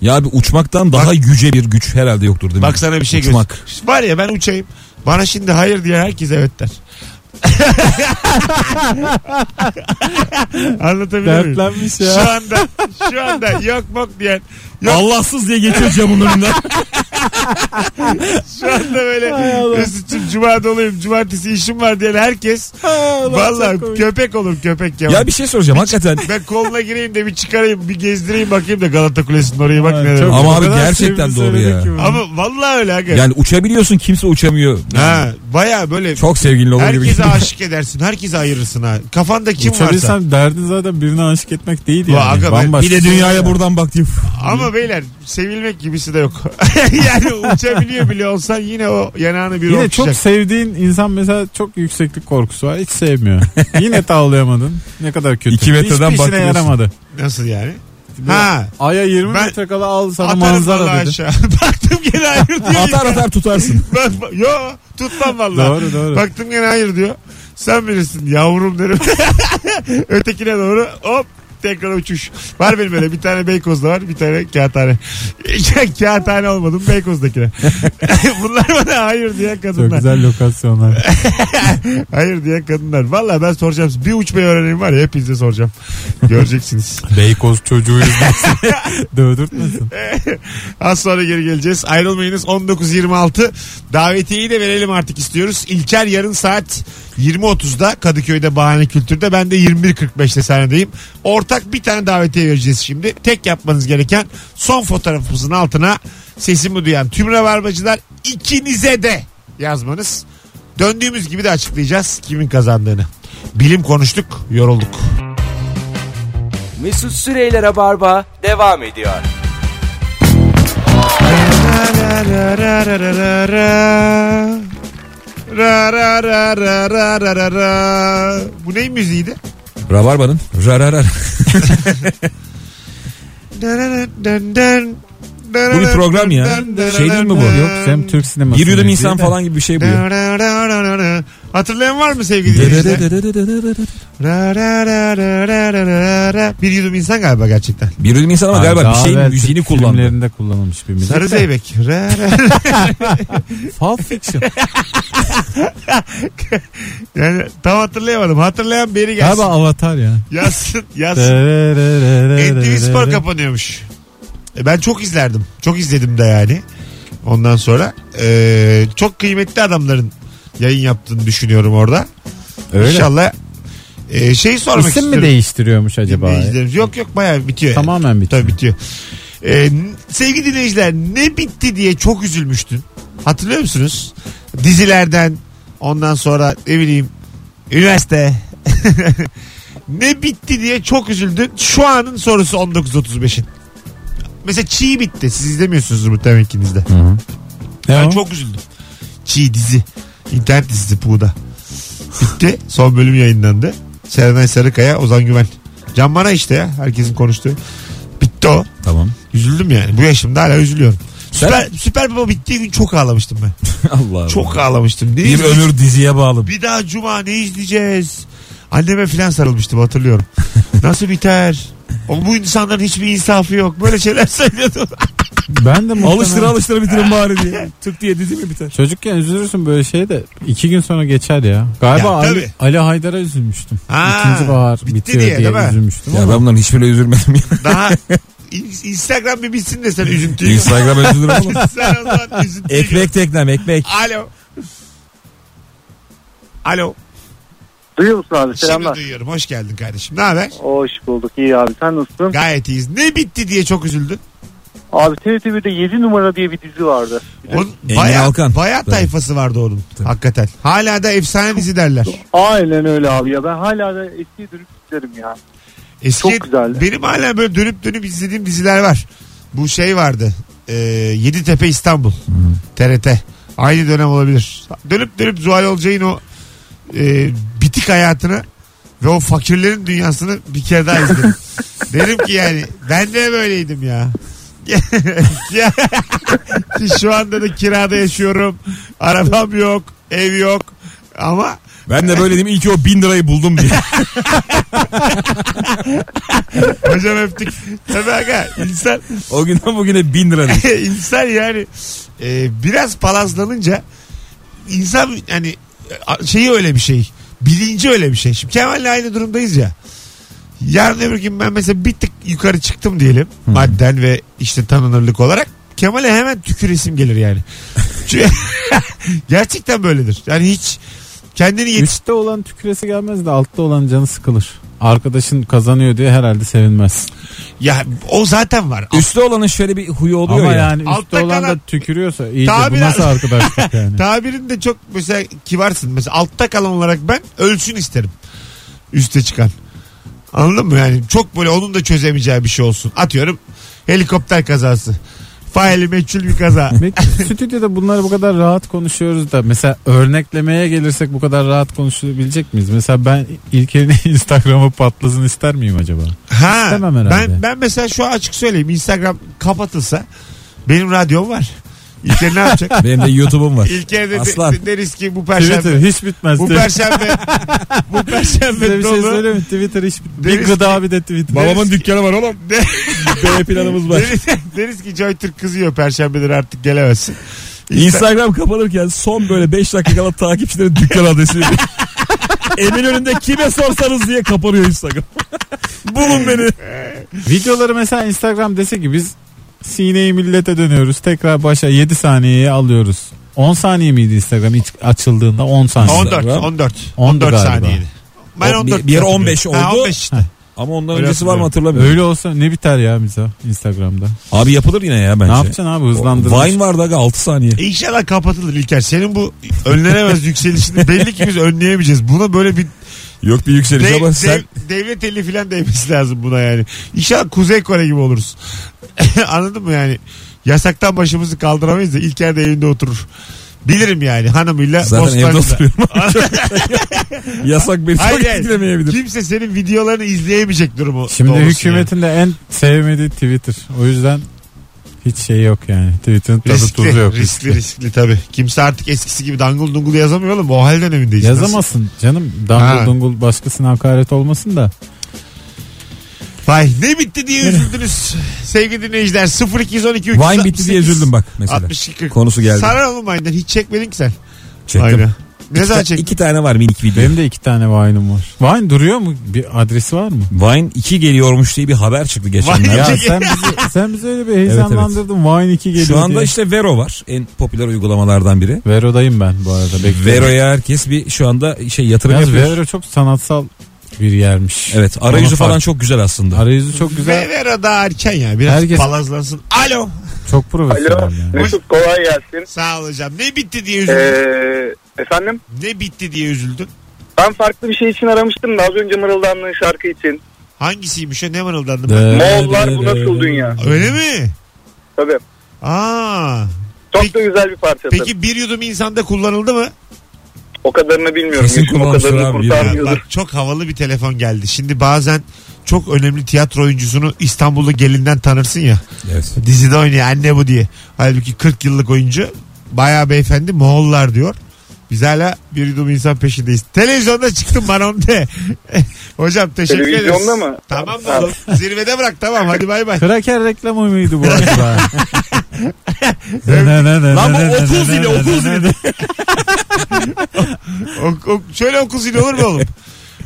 Speaker 3: Ya bir uçmaktan daha yüce bir güç herhalde yoktur değil mi?
Speaker 2: Bak sana bir şey
Speaker 3: Uçmak.
Speaker 2: göster. Var ya ben uçayım. Bana şimdi hayır diye herkes evet der. Anlatabiliyor muyum?
Speaker 4: Dertlenmiş
Speaker 2: Şu
Speaker 4: ya.
Speaker 2: anda şu anda yok mok diyen yok
Speaker 3: Allahsız diye geçiyor camın önünden.
Speaker 2: şu anda böyle Mesut'cum cuma doluyum cumartesi işim var diyen herkes vallahi köpek olur köpek ya.
Speaker 3: ya bir şey soracağım hakikaten.
Speaker 2: Ben koluna gireyim de bir çıkarayım bir gezdireyim bakayım da Galata Kulesi'nin orayı bak ne
Speaker 4: Çok-
Speaker 3: Ama abi
Speaker 4: o kadar
Speaker 3: gerçekten
Speaker 4: sevimli
Speaker 3: doğru ya.
Speaker 4: söyledi ki bunu.
Speaker 2: Ama vallahi öyle aga.
Speaker 3: Yani uçabiliyorsun kimse uçamıyor.
Speaker 2: ha, baya böyle
Speaker 3: Çok sevgilin olur gibi.
Speaker 2: herkese aşık edersin herkese ayırırsın ha. Kafanda kim varsa.
Speaker 4: Uçabilsem derdin zaten birine aşık etmek değil
Speaker 2: Bu
Speaker 4: yani.
Speaker 2: aga ben-
Speaker 4: Bambaşka.
Speaker 3: Bir de dünyaya buradan bak diye.
Speaker 2: Ama beyler sevilmek gibisi de yok. yani uçabiliyor bile olsan yine o yanağını bir şey
Speaker 4: Yine çok
Speaker 2: okşayacak.
Speaker 4: sevdiğin insan mesela çok yükseklik korkusu var. Hiç sevmiyor. Yine tavlayamadın. Ne kadar kötü.
Speaker 3: İki metreden
Speaker 4: Hiçbir işine
Speaker 3: bakıyorsun.
Speaker 4: yaramadı.
Speaker 2: Nasıl yani? Ha.
Speaker 4: Aya 20
Speaker 2: Ben-
Speaker 4: metre kala al sana
Speaker 2: Atarım
Speaker 4: manzara
Speaker 2: vallahi
Speaker 4: dedi.
Speaker 2: aşağı. Baktım gene hayır diyor.
Speaker 3: Atar atar tutarsın.
Speaker 2: Ben- ben- yo tutmam vallahi.
Speaker 4: Doğru doğru.
Speaker 2: Baktım gene hayır diyor. Sen bilirsin yavrum derim. Ötekine doğru hop tekrar uçuş. Var benim öyle bir tane Beykoz'da var bir tane kağıthane. kağıthane olmadım Beykoz'dakine. Bunlar bana hayır diyen
Speaker 4: Çok
Speaker 2: kadınlar.
Speaker 4: güzel lokasyonlar.
Speaker 2: Hayır diyen kadınlar. Valla ben soracağım. Bir uçmayı öğreneyim var ya hepinize soracağım. Göreceksiniz.
Speaker 4: Beykoz çocuğuyuz. Dövdürtmesin.
Speaker 2: Az sonra geri geleceğiz. Ayrılmayınız 19.26. Davetiyeyi de verelim artık istiyoruz. İlker yarın saat 20.30'da Kadıköy'de Bahane Kültür'de. Ben de 21.45'te sahnedeyim. Ortak bir tane davetiye vereceğiz şimdi. Tek yapmanız gereken son fotoğrafımızın altına sesimi duyan tüm rabarbacılar ikinize de yazmanız. Döndüğümüz gibi de açıklayacağız kimin kazandığını. Bilim konuştuk, yorulduk.
Speaker 1: Mesut Süreyler'e barba devam ediyor.
Speaker 2: Ra ra ra ra ra ra ra ra. Bu neyin müziğiydi?
Speaker 3: Rabarba'nın. Ra ra ra.
Speaker 2: Bu
Speaker 3: Bu bir program ya. Şey değil mi bu?
Speaker 4: Yok Cem Türk sineması.
Speaker 3: Bir yudum
Speaker 4: müziği
Speaker 3: insan
Speaker 4: de.
Speaker 3: falan gibi bir şey bu. ya.
Speaker 2: Hatırlayan var mı sevgili dinleyiciler?
Speaker 3: Bir
Speaker 2: Ra ra ra ra ra ra ra ra. Bir yudum insan galiba gerçekten.
Speaker 3: ölüm insan ama galiba bir şeyin
Speaker 4: Daha evvel
Speaker 3: müziğini
Speaker 4: Türk
Speaker 3: kullandı.
Speaker 4: Filmlerinde kullanılmış bir müzik.
Speaker 2: Sarı
Speaker 4: de.
Speaker 2: Zeybek. Ra ra.
Speaker 4: Pulp Fiction.
Speaker 2: Yani tam hatırlayamadım. Hatırlayan biri gelsin.
Speaker 4: Galiba Avatar ya.
Speaker 2: Yazsın
Speaker 3: Ee,
Speaker 2: yazsın. NTV Spor kapanıyormuş. E, Ben çok izlerdim. Çok izledim de yani. Ondan sonra e, çok kıymetli adamların yayın yaptığını düşünüyorum orada.
Speaker 4: Öyle.
Speaker 2: İnşallah e, şeyi sormak
Speaker 4: İsim mi
Speaker 2: istiyorum.
Speaker 4: değiştiriyormuş acaba?
Speaker 2: Dinleyicilerimiz. Yok yok bayağı bitiyor.
Speaker 4: Tamamen bitiyor.
Speaker 2: Tabii bitiyor. E, n- sevgili dinleyiciler ne bitti diye çok üzülmüştün. Hatırlıyor musunuz? Dizilerden ondan sonra ne bileyim üniversite ne bitti diye çok üzüldün. Şu anın sorusu 19.35'in. Mesela çiğ bitti. Siz izlemiyorsunuz bu temekinizde.
Speaker 4: Ne
Speaker 2: Ben
Speaker 4: o?
Speaker 2: çok üzüldüm. Çiğ dizi. İnternet dizisi Puğda. Bitti. Son bölüm yayınlandı. Serenay Sarıkaya, Ozan Güven. Can bana işte ya. Herkesin konuştuğu. Bitti o.
Speaker 3: Tamam.
Speaker 2: Üzüldüm yani. Bu yaşımda hala üzülüyorum. Süper, Süper Baba bittiği gün çok ağlamıştım ben.
Speaker 3: Allah Allah.
Speaker 2: Çok ağlamıştım. Ne
Speaker 3: Bir
Speaker 2: izleyeceğiz?
Speaker 3: ömür diziye bağlı.
Speaker 2: Bir daha cuma ne izleyeceğiz? Anneme filan sarılmıştım hatırlıyorum. Nasıl biter? O, bu insanların hiçbir insafı yok. Böyle şeyler söylüyordum.
Speaker 4: Ben de muhtemelen...
Speaker 3: Alıştır alıştır bitirin bari diye. Tık diye dizi mi biter?
Speaker 4: Çocukken üzülürsün böyle şeye de iki gün sonra geçer ya. Galiba
Speaker 2: Ya, tabii.
Speaker 4: Ali, Ali Haydar'a üzülmüştüm.
Speaker 2: Ha,
Speaker 4: İkinci bahar
Speaker 2: bitti
Speaker 4: bitiyor
Speaker 2: diye,
Speaker 4: diye,
Speaker 2: değil mi?
Speaker 4: üzülmüştüm
Speaker 3: Ya
Speaker 4: ama.
Speaker 3: ben bunların hiçbirine üzülmedim ya.
Speaker 2: Daha İn- Instagram bir bitsin de sen üzüntüyü.
Speaker 3: Instagram üzülür oğlum.
Speaker 2: sen o zaman üzüntüyü.
Speaker 3: Ekmek teknem ekmek.
Speaker 2: Alo. Alo.
Speaker 6: Duyuyor musun abi?
Speaker 2: Şimdi duyuyorum. Hoş geldin kardeşim. Ne haber?
Speaker 6: Hoş bulduk. iyi abi. Sen nasılsın?
Speaker 2: Gayet iyiyiz. Ne bitti diye çok üzüldün.
Speaker 6: Abi TRT1'de 7 numara diye bir dizi vardı.
Speaker 2: Onun
Speaker 3: Engin
Speaker 2: bayağı,
Speaker 3: Alkan.
Speaker 2: bayağı
Speaker 3: Tabii.
Speaker 2: tayfası vardı onun. Hakikaten. Hala da efsane dizi derler.
Speaker 6: Aynen öyle abi ya. Ben hala da eski dönüp izlerim ya.
Speaker 2: Eski,
Speaker 6: Çok güzeldi.
Speaker 2: Benim hala böyle dönüp dönüp izlediğim diziler var. Bu şey vardı. E, Yeditepe İstanbul. TRT. Aynı dönem olabilir. Dönüp dönüp Zuhal Olcay'ın o e, bitik hayatını ve o fakirlerin dünyasını bir kere daha izledim. Derim ki yani ben de böyleydim ya. Ki şu anda da kirada yaşıyorum. Arabam yok. Ev yok. Ama
Speaker 3: Ben de böyle diyeyim iyi ki o bin lirayı buldum diye.
Speaker 2: hocam öptük. Tabii aga insan
Speaker 3: O günden bugüne bin lira. diye.
Speaker 2: insan yani e, biraz palazlanınca insan yani e, şeyi öyle bir şey. Bilinci öyle bir şey. Şimdi Kemal'le aynı durumdayız ya. Yarın öbür gün ben mesela bir tık yukarı çıktım diyelim. Madden ve işte tanınırlık olarak. Kemal'e hemen tüküresim gelir yani. Çünkü- Gerçekten böyledir. Yani hiç kendini yet-
Speaker 4: Üçte olan tüküresi gelmez de altta olan canı sıkılır. Arkadaşın kazanıyor diye herhalde sevinmez.
Speaker 2: Ya o zaten var.
Speaker 3: Üstte olanın şöyle bir huyu oluyor
Speaker 4: Ama
Speaker 3: ya.
Speaker 4: yani üstte
Speaker 2: Altta
Speaker 4: olan
Speaker 2: kalan-
Speaker 4: da tükürüyorsa iyi de
Speaker 2: Tabii
Speaker 4: bu nasıl
Speaker 2: lan.
Speaker 4: arkadaşlık yani.
Speaker 2: Tabirin de çok mesela kibarsın. Mesela altta kalan olarak ben ölsün isterim. Üste çıkan. Anladın mı yani? Çok böyle onun da çözemeyeceği bir şey olsun. Atıyorum helikopter kazası. Faili meçhul bir kaza.
Speaker 4: Peki, stüdyoda bunları bu kadar rahat konuşuyoruz da mesela örneklemeye gelirsek bu kadar rahat konuşulabilecek miyiz? Mesela ben İlker'in Instagram'ı patlasın ister miyim acaba?
Speaker 2: ha,
Speaker 4: İstemem herhalde.
Speaker 2: ben, ben mesela şu açık söyleyeyim. Instagram kapatılsa benim radyom var. İlker ne yapacak?
Speaker 3: Benim de YouTube'um var.
Speaker 2: İlker de,
Speaker 3: Aslan.
Speaker 2: de- deriz ki bu
Speaker 4: Twitter
Speaker 2: perşembe.
Speaker 4: hiç bitmez.
Speaker 2: Bu perşembe. bu
Speaker 4: Size
Speaker 2: perşembe
Speaker 4: bir şey
Speaker 2: dolu.
Speaker 4: söyleyeyim mi? Twitter hiç bitmez.
Speaker 2: Deriz
Speaker 4: Bir gıda bir de Twitter.
Speaker 3: Babamın dükkanı var oğlum. B planımız var.
Speaker 2: deriz, deriz ki Joy Türk kızıyor perşembeleri artık gelemezsin.
Speaker 3: Instagram kapanırken son böyle 5 dakikalık takipçilerin dükkan adresi. Emin önünde kime sorsanız diye kapanıyor Instagram. Bulun beni.
Speaker 4: Videoları mesela Instagram dese ki biz sineyi millete dönüyoruz. Tekrar başa 7 saniyeye alıyoruz. 10 saniye miydi Instagram ilk açıldığında? 10 saniye.
Speaker 2: 14
Speaker 3: Instagram.
Speaker 2: 14
Speaker 4: 14
Speaker 2: 14
Speaker 4: galiba.
Speaker 2: saniyeydi. Ben
Speaker 3: O bir-
Speaker 2: 14
Speaker 3: bir yere
Speaker 2: hatırlıyorum.
Speaker 3: 15
Speaker 2: Ha,
Speaker 3: oldu.
Speaker 2: 15 işte.
Speaker 3: Ama ondan
Speaker 2: Öyle
Speaker 3: öncesi var mı hatırlamıyorum.
Speaker 4: Öyle olsa ne biter ya bize Instagram'da?
Speaker 3: Abi yapılır yine ya bence.
Speaker 4: Ne yapacaksın abi hızlandırmış. E-
Speaker 3: Vine vardı aga 6 saniye.
Speaker 2: İnşallah kapatılır İlker. Senin bu önlenemez yükselişini belli ki biz önleyemeyeceğiz. Buna böyle bir
Speaker 3: Yok bir yükseliş
Speaker 2: dev-
Speaker 3: ama
Speaker 2: dev-
Speaker 3: sen
Speaker 2: devlet eli falan değmesi lazım buna yani. İnşallah Kuzey Kore gibi oluruz. Anladın mı yani? Yasaktan başımızı kaldıramayız da İlker de evinde oturur. Bilirim yani hanımıyla.
Speaker 3: zaten evde
Speaker 2: bostancıda.
Speaker 3: oturuyorum. Yasak beni çok
Speaker 2: Hayır, hayır.
Speaker 3: etkilemeyebilir.
Speaker 2: Kimse senin videolarını izleyemeyecek durumu.
Speaker 4: Şimdi
Speaker 2: doğrusu yani.
Speaker 4: hükümetin de en sevmediği Twitter. O yüzden Hiç şey yok yani. Tweet'in tadı
Speaker 2: Riskli,
Speaker 4: tuzu yok.
Speaker 2: riskli, riskli tabii. Kimse artık eskisi gibi dangıl dungul yazamıyor oğlum. O hal dönemindeyiz. Nasıl?
Speaker 4: Yazamasın canım. Dangul
Speaker 2: Ha.
Speaker 4: dungul başkasına hakaret olmasın da.
Speaker 2: Vay ne bitti diye üzüldünüz. Sevgili dinleyiciler 0212
Speaker 3: Wine bitti diye üzüldüm bak mesela.
Speaker 2: 62
Speaker 3: Konusu geldi.
Speaker 2: Sarar oğlum Vine'den hiç çekmedin ki sen.
Speaker 3: Çektim.
Speaker 2: Aynen. Ne
Speaker 3: İki,
Speaker 2: zaman
Speaker 3: ta-
Speaker 2: çektin?
Speaker 3: iki tane var minik video.
Speaker 4: Benim de iki tane Vine'ım var. Vine duruyor mu? Bir adresi var mı?
Speaker 3: Vine 2 geliyormuş diye bir haber çıktı
Speaker 2: Vine
Speaker 3: geçenlerde.
Speaker 4: Ya
Speaker 2: Peki.
Speaker 4: sen bizi, sen bizi öyle bir heyecanlandırdın. Vine 2 geliyor
Speaker 3: Şu anda
Speaker 4: diye.
Speaker 3: işte Vero var. En popüler uygulamalardan biri.
Speaker 4: Vero'dayım ben bu arada. Bekliyorum.
Speaker 3: Vero'ya herkes bir şu anda şey yatırım
Speaker 4: Yalnız
Speaker 3: yapıyor.
Speaker 4: Vero çok sanatsal bir yermiş.
Speaker 3: Evet
Speaker 4: Ona
Speaker 3: arayüzü
Speaker 4: fark-
Speaker 3: falan çok güzel aslında.
Speaker 4: Arayüzü çok güzel.
Speaker 2: Ve Vera daha erken ya. Biraz
Speaker 4: Herkes-
Speaker 2: palazlansın. Alo.
Speaker 4: Çok profesyonel
Speaker 6: Alo.
Speaker 4: yani.
Speaker 6: Mesut kolay gelsin.
Speaker 2: Sağ ol hocam. Ne bitti diye üzüldün?
Speaker 6: Ee, efendim?
Speaker 2: Ne bitti diye üzüldün?
Speaker 6: Ben farklı bir şey için aramıştım da az önce mırıldandığın şarkı için.
Speaker 2: Hangisiymiş o? Ne mırıldandı?
Speaker 4: De-
Speaker 3: Ee-
Speaker 6: Moğollar bu nasıl dünya?
Speaker 2: Öyle mi?
Speaker 6: Tabii.
Speaker 2: Aa.
Speaker 6: Çok
Speaker 2: Peki-
Speaker 6: da güzel bir parça. tabii.
Speaker 2: Peki bir yudum insanda kullanıldı mı?
Speaker 6: O kadarını bilmiyorum.
Speaker 3: Kesin
Speaker 6: Yüzüm o
Speaker 3: kullanmıştır
Speaker 6: kadarını
Speaker 3: abi, yürü.
Speaker 2: Ya
Speaker 6: kurtarmıyordur.
Speaker 2: bak çok havalı bir telefon geldi. Şimdi bazen çok önemli tiyatro oyuncusunu İstanbul'da gelinden tanırsın ya.
Speaker 3: Evet.
Speaker 2: Dizide oynuyor anne bu diye. Halbuki 40 yıllık oyuncu bayağı beyefendi Moğollar diyor. Biz hala bir yudum insan peşindeyiz. Televizyonda çıktım bana onu de. Hocam teşekkür ederiz.
Speaker 6: Televizyonda mı?
Speaker 2: Tamam
Speaker 6: Tamam.
Speaker 2: oğlum. Zirvede bırak tamam hadi bay bay.
Speaker 4: Kraker reklamı mıydı bu acaba?
Speaker 3: Lan bu okul zili okul zili.
Speaker 2: Ok- ok- şöyle okul zili olur mu oğlum?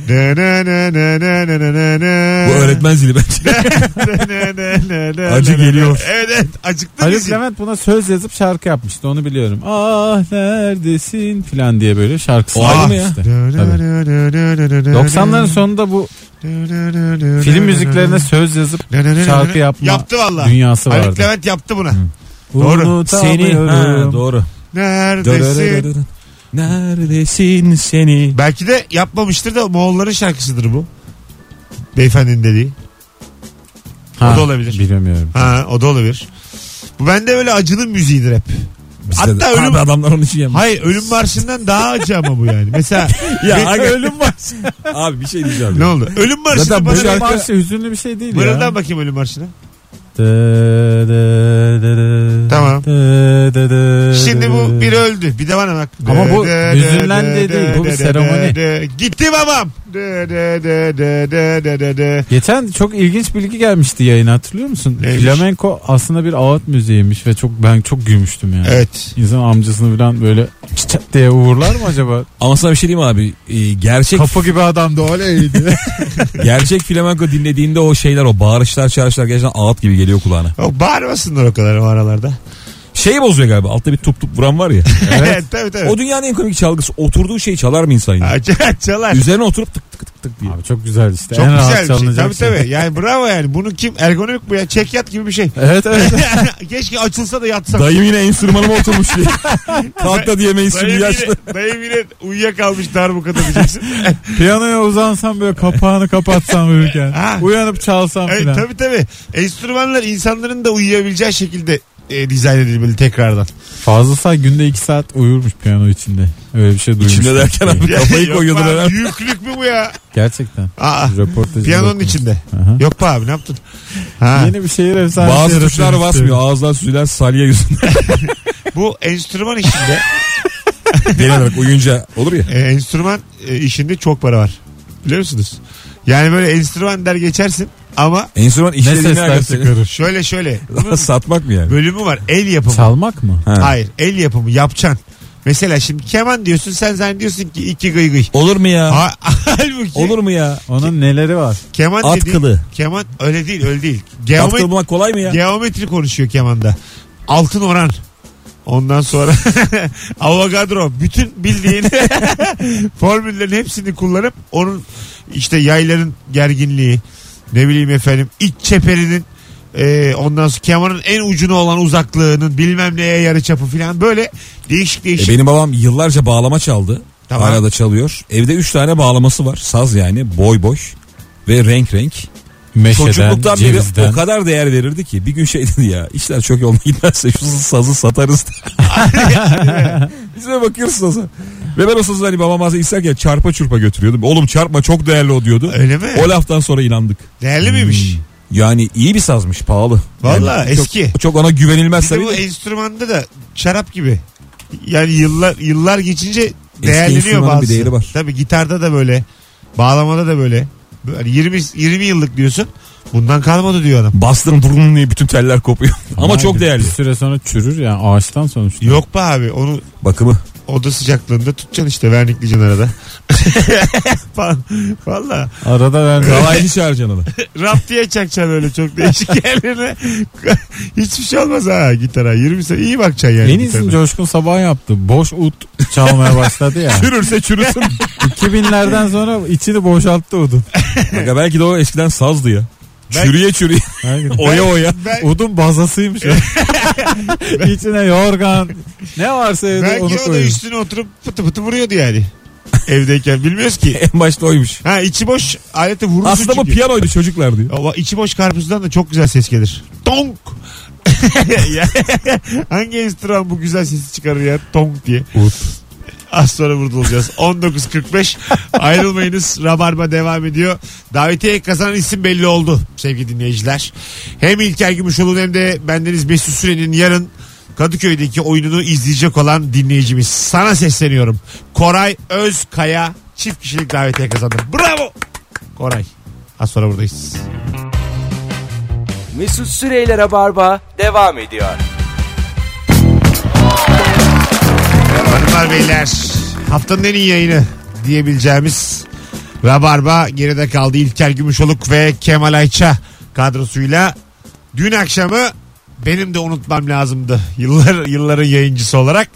Speaker 2: Ne ne ne ne ne ne ne ne ne.
Speaker 3: Bu öğretmen zili bence.
Speaker 2: Ne ne ne ne ne
Speaker 3: Acı
Speaker 2: ne ne.
Speaker 3: geliyor.
Speaker 2: Evet evet acıktı
Speaker 4: Haluk
Speaker 2: bizi.
Speaker 4: Levent buna söz yazıp şarkı yapmıştı onu biliyorum. Ah neredesin filan diye böyle şarkısı.
Speaker 3: O ayrı mı ya?
Speaker 4: yapmıştı. Tabii. 90'ların sonunda bu film müziklerine söz yazıp şarkı yapma
Speaker 2: Yaptı valla.
Speaker 4: dünyası
Speaker 2: Haluk
Speaker 4: vardı.
Speaker 2: Levent yaptı buna. Doğru.
Speaker 4: Doğru.
Speaker 3: Seni. Ha, doğru.
Speaker 2: Neredesin?
Speaker 3: Neredesin seni?
Speaker 2: Belki de yapmamıştır da Moğolların şarkısıdır bu. Beyefendinin dediği. O da olabilir.
Speaker 4: Bilemiyorum.
Speaker 2: Ha o da olabilir. Bu bende böyle acının müziğidir hep.
Speaker 3: Bizde
Speaker 2: Hatta
Speaker 3: de-
Speaker 2: ölüm-
Speaker 3: Abi adamlar onun için yapmış.
Speaker 2: Hayır ölüm marşından daha acı ama bu yani. Mesela
Speaker 3: Ya aga- Abi bir şey diyeceğim.
Speaker 2: ne oldu? Ölüm marşı
Speaker 3: Zaten bu
Speaker 2: bana
Speaker 3: şarkı-
Speaker 4: Marşı hüzünlü bir şey değil ya.
Speaker 2: Mırıldan bakayım ölüm marşına. Tamam. Şimdi bu biri öldü. Bir de bana bak.
Speaker 4: Ama bu
Speaker 2: Dö, dö, dö,
Speaker 4: hüzünlen
Speaker 2: dö,
Speaker 4: de değil,
Speaker 2: dö,
Speaker 4: bu bir
Speaker 2: dö,
Speaker 4: seremoni.
Speaker 2: dö, dö. Gitti babam. Dö, dö, dö, dö, dö, dö, dö, dö.
Speaker 4: Geçen çok ilginç bilgi gelmişti yayına hatırlıyor musun?
Speaker 2: Neymiş?
Speaker 4: Flamenco aslında bir ağıt müziğiymiş ve çok ben çok gülmüştüm yani.
Speaker 2: Evet.
Speaker 4: İnsan amcasını falan böyle çıçap diye uğurlar mı acaba?
Speaker 3: Ama sana bir şey diyeyim mi abi. Ee, gerçek
Speaker 4: Kafa gibi adam da öyleydi.
Speaker 3: gerçek flamenco dinlediğinde o şeyler o bağırışlar çağrışlar gerçekten ağıt gibi geliyor kulağına.
Speaker 2: O bağırmasınlar o kadar o aralarda.
Speaker 3: Şey bozuyor galiba altta bir tup tup vuran var ya.
Speaker 2: Evet. tabii tabii.
Speaker 3: o dünyanın en komik çalgısı oturduğu şeyi çalar mı insan ya?
Speaker 2: Ha, ç- Çalar.
Speaker 3: Üzerine oturup tık tık tık tık diye.
Speaker 4: Abi çok güzel işte.
Speaker 2: Çok
Speaker 4: en rahat
Speaker 2: güzel bir şey.
Speaker 4: çalınacak
Speaker 2: Tabii tabii. Yani bravo yani. Bunu kim? Ergonomik bu ya. Çek yat gibi bir şey.
Speaker 4: Evet evet.
Speaker 2: Keşke açılsa da yatsak.
Speaker 3: Dayım yine enstrümanıma oturmuş diye. Kalk da diye mainstream
Speaker 2: Dayım
Speaker 3: yaşlı.
Speaker 2: yine, dayım yine uyuyakalmış darbukada diyeceksin.
Speaker 4: Piyanoya uzansam böyle kapağını kapatsam uyurken.
Speaker 2: Ha.
Speaker 4: Uyanıp çalsam
Speaker 2: Evet,
Speaker 4: falan.
Speaker 2: tabii tabii. Enstrümanlar insanların da uyuyabileceği şekilde e, dizayn edilmeli tekrardan.
Speaker 4: Fazla say günde 2 saat uyurmuş piyano içinde. Öyle bir şey duymuştum.
Speaker 3: İçinde derken abi kafayı
Speaker 2: Yok
Speaker 3: koyuyordur
Speaker 2: be abi,
Speaker 3: herhalde.
Speaker 2: Yüklük mü bu ya?
Speaker 4: Gerçekten.
Speaker 2: Aa,
Speaker 4: Röportajı
Speaker 2: piyanonun
Speaker 4: okumuş.
Speaker 2: içinde.
Speaker 4: Aha.
Speaker 2: Yok be abi ne yaptın? Ha,
Speaker 4: Yeni bir şehir efsanesi
Speaker 3: Bazı
Speaker 4: yaratıyormuş
Speaker 3: tuşlar
Speaker 4: diyorum.
Speaker 3: basmıyor. Ağızlar süzülen salya yüzünden.
Speaker 2: bu enstrüman işinde
Speaker 3: Genel olarak uyuyunca olur ya.
Speaker 2: e, enstrüman e, işinde çok para var. Biliyor musunuz? Yani böyle enstrüman der geçersin ama
Speaker 3: Enstrüman
Speaker 4: Ne
Speaker 3: işlediğini
Speaker 4: sesler
Speaker 3: arkadaşlar.
Speaker 4: çıkarır.
Speaker 2: şöyle şöyle
Speaker 3: Satmak mı yani?
Speaker 2: bölümü var el yapımı.
Speaker 4: Çalmak mı?
Speaker 3: Ha.
Speaker 2: Hayır el yapımı yapacaksın. Mesela şimdi keman diyorsun sen zannediyorsun ki iki gıy gıy.
Speaker 3: Olur mu ya?
Speaker 2: Ha, halbuki
Speaker 3: Olur mu ya?
Speaker 4: Onun neleri var?
Speaker 2: keman
Speaker 3: At
Speaker 2: dediğin-
Speaker 3: kılı.
Speaker 2: Keman öyle değil öyle değil.
Speaker 3: At
Speaker 2: Geometri,
Speaker 3: kılı bulmak kolay mı ya?
Speaker 2: geometri konuşuyor kemanda. Altın oran. Ondan sonra Avogadro bütün bildiğin formüllerin hepsini kullanıp onun işte yayların gerginliği ne bileyim efendim iç çeperinin e, ondan sonra kemanın en ucuna olan uzaklığının bilmem neye yarı çapı falan böyle değişik
Speaker 3: E
Speaker 2: değişik.
Speaker 3: benim babam yıllarca bağlama çaldı.
Speaker 2: Tamam.
Speaker 3: Hala da çalıyor. Evde 3 tane bağlaması var. Saz yani boy boy ve renk renk.
Speaker 4: Meşeden,
Speaker 3: Çocukluktan beri
Speaker 4: cevizden.
Speaker 3: o kadar değer verirdi ki bir gün şey dedi ya işler çok yoluna gitmezse şu sazı satarız. Bize bakıyoruz saza. Ve ben o sazı hani babam bazen isterken çarpa çurpa götürüyordum. Oğlum çarpma çok değerli o diyordu.
Speaker 2: Öyle mi?
Speaker 3: O laftan sonra inandık.
Speaker 2: Değerli miymiş?
Speaker 3: Yani iyi bir sazmış pahalı. Yani
Speaker 2: Valla
Speaker 3: çok-
Speaker 2: eski.
Speaker 3: Çok ona güvenilmez
Speaker 2: Bir de
Speaker 3: tabii.
Speaker 2: bu
Speaker 3: de.
Speaker 2: enstrümanda da şarap gibi. Yani yıllar yıllar geçince değerleniyor
Speaker 3: enstrümanın bir
Speaker 2: bazı.
Speaker 3: değeri var.
Speaker 2: Tabii gitarda da böyle, bağlamada da böyle. Böyle 20 20 yıllık diyorsun. Bundan kalmadı diyor adam.
Speaker 3: Bastın vurun diye bütün teller kopuyor. Ama, çok değerli.
Speaker 4: Bir süre sonra çürür yani ağaçtan sonuçta.
Speaker 2: Yok be abi onu
Speaker 3: Bakımı.
Speaker 2: oda sıcaklığında tutacaksın işte vernikleyeceksin arada. Valla
Speaker 4: Arada vermiyor.
Speaker 3: Kalaycı çağıracaksın onu.
Speaker 2: rap diye çakacaksın öyle çok değişik yerlerine. Hiçbir şey olmaz ha gitara. 20 sene iyi bakacaksın yani.
Speaker 4: en
Speaker 2: gitarına.
Speaker 4: iyisini Coşkun Sabah yaptı. Boş ut çalmaya başladı ya.
Speaker 3: Çürürse çürüsün.
Speaker 4: 2000'lerden sonra içini boşalttı udun.
Speaker 3: Kanka belki de o eskiden sazdı ya.
Speaker 2: Ben-
Speaker 3: Çürüye çürüye. oya oya.
Speaker 2: Ben-
Speaker 4: Udun bazasıymış ya. İçine yorgan ne varsa evde onu
Speaker 2: Belki o da
Speaker 4: koyun.
Speaker 2: üstüne oturup pıtı pıtı vuruyordu yani. Evdeyken bilmiyoruz ki.
Speaker 3: En başta oymuş.
Speaker 2: Ha içi boş aleti vurursun
Speaker 3: Aslında bu
Speaker 2: çünkü.
Speaker 3: piyanoydu çocuklar diyor.
Speaker 2: Ama içi boş karpuzdan da çok güzel ses gelir. Tonk. Ya, Hangi enstrüman bu güzel sesi çıkarır ya? Tonk diye. Az sonra burada olacağız. 19.45 ayrılmayınız. Rabarba devam ediyor. Davetiye kazanan isim belli oldu sevgili dinleyiciler. Hem İlker Gümüşoğlu'nun hem de bendeniz Mesut Süren'in yarın Kadıköy'deki oyununu izleyecek olan dinleyicimiz. Sana sesleniyorum. Koray Özkaya çift kişilik davetiye kazandı. Bravo Koray. Az sonra buradayız.
Speaker 1: Mesut Süreyler'e barba devam ediyor.
Speaker 2: Hanımlar beyler haftanın en iyi yayını diyebileceğimiz Rabarba geride kaldı. İlker Gümüşoluk ve Kemal Ayça kadrosuyla dün akşamı benim de unutmam lazımdı. Yıllar, yılların yayıncısı olarak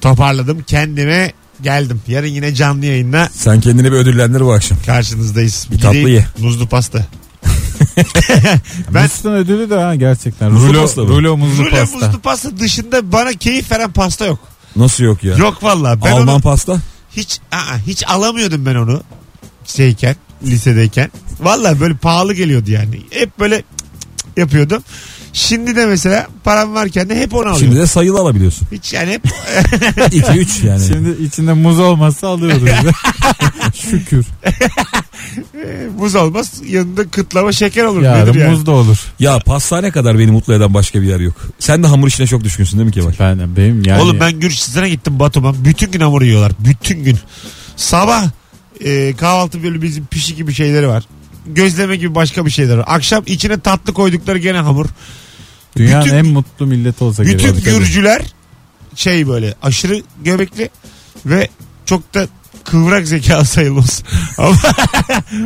Speaker 2: toparladım kendime geldim. Yarın yine canlı yayınla
Speaker 3: Sen kendini bir ödüllendir bu akşam.
Speaker 2: karşınızdayız.
Speaker 3: Bir tatlı
Speaker 2: de
Speaker 3: ye.
Speaker 2: Muzlu pasta.
Speaker 4: Ben...
Speaker 2: Ben-
Speaker 4: ödülü de ha gerçekten.
Speaker 3: Muzlu
Speaker 4: Rulo,
Speaker 3: pasta mı?
Speaker 4: rulo muzlu
Speaker 2: Rule
Speaker 4: pasta.
Speaker 2: muzlu pasta dışında bana keyif veren pasta yok.
Speaker 3: Nasıl yok ya?
Speaker 2: Yok valla. Ben
Speaker 3: Alman
Speaker 2: onu
Speaker 3: pasta.
Speaker 2: Hiç aa, hiç alamıyordum ben onu şeyken lisedeyken. Valla böyle pahalı geliyordu yani. Hep böyle cık cık cık yapıyordum. Şimdi de mesela param varken de hep onu alıyorum.
Speaker 3: Şimdi de sayılı alabiliyorsun.
Speaker 2: Hiç yani hep
Speaker 3: 2-3 yani.
Speaker 4: Şimdi içinde muz olmazsa alıyoruz. Şükür.
Speaker 2: e, muz olmaz yanında kıtlama şeker olur. Nedir
Speaker 4: Yarın
Speaker 2: yani?
Speaker 4: muz da olur.
Speaker 3: Ya pastane kadar beni mutlu eden başka bir yer yok. Sen de hamur işine çok düşkünsün değil mi Kemal?
Speaker 4: Ben, benim yani.
Speaker 2: Oğlum ben Gürcistan'a gittim Batum'a. Bütün gün hamur yiyorlar. Bütün gün. Sabah e, kahvaltı böyle bizim pişi gibi şeyleri var. Gözleme gibi başka bir şeyler var. Akşam içine tatlı koydukları gene hamur.
Speaker 4: Dünyanın
Speaker 2: bütün-
Speaker 4: en mutlu millet olsa gerek.
Speaker 2: Bütün Gürcüler şey böyle aşırı göbekli ve çok da kıvrak zekalı sayılmaz. Ama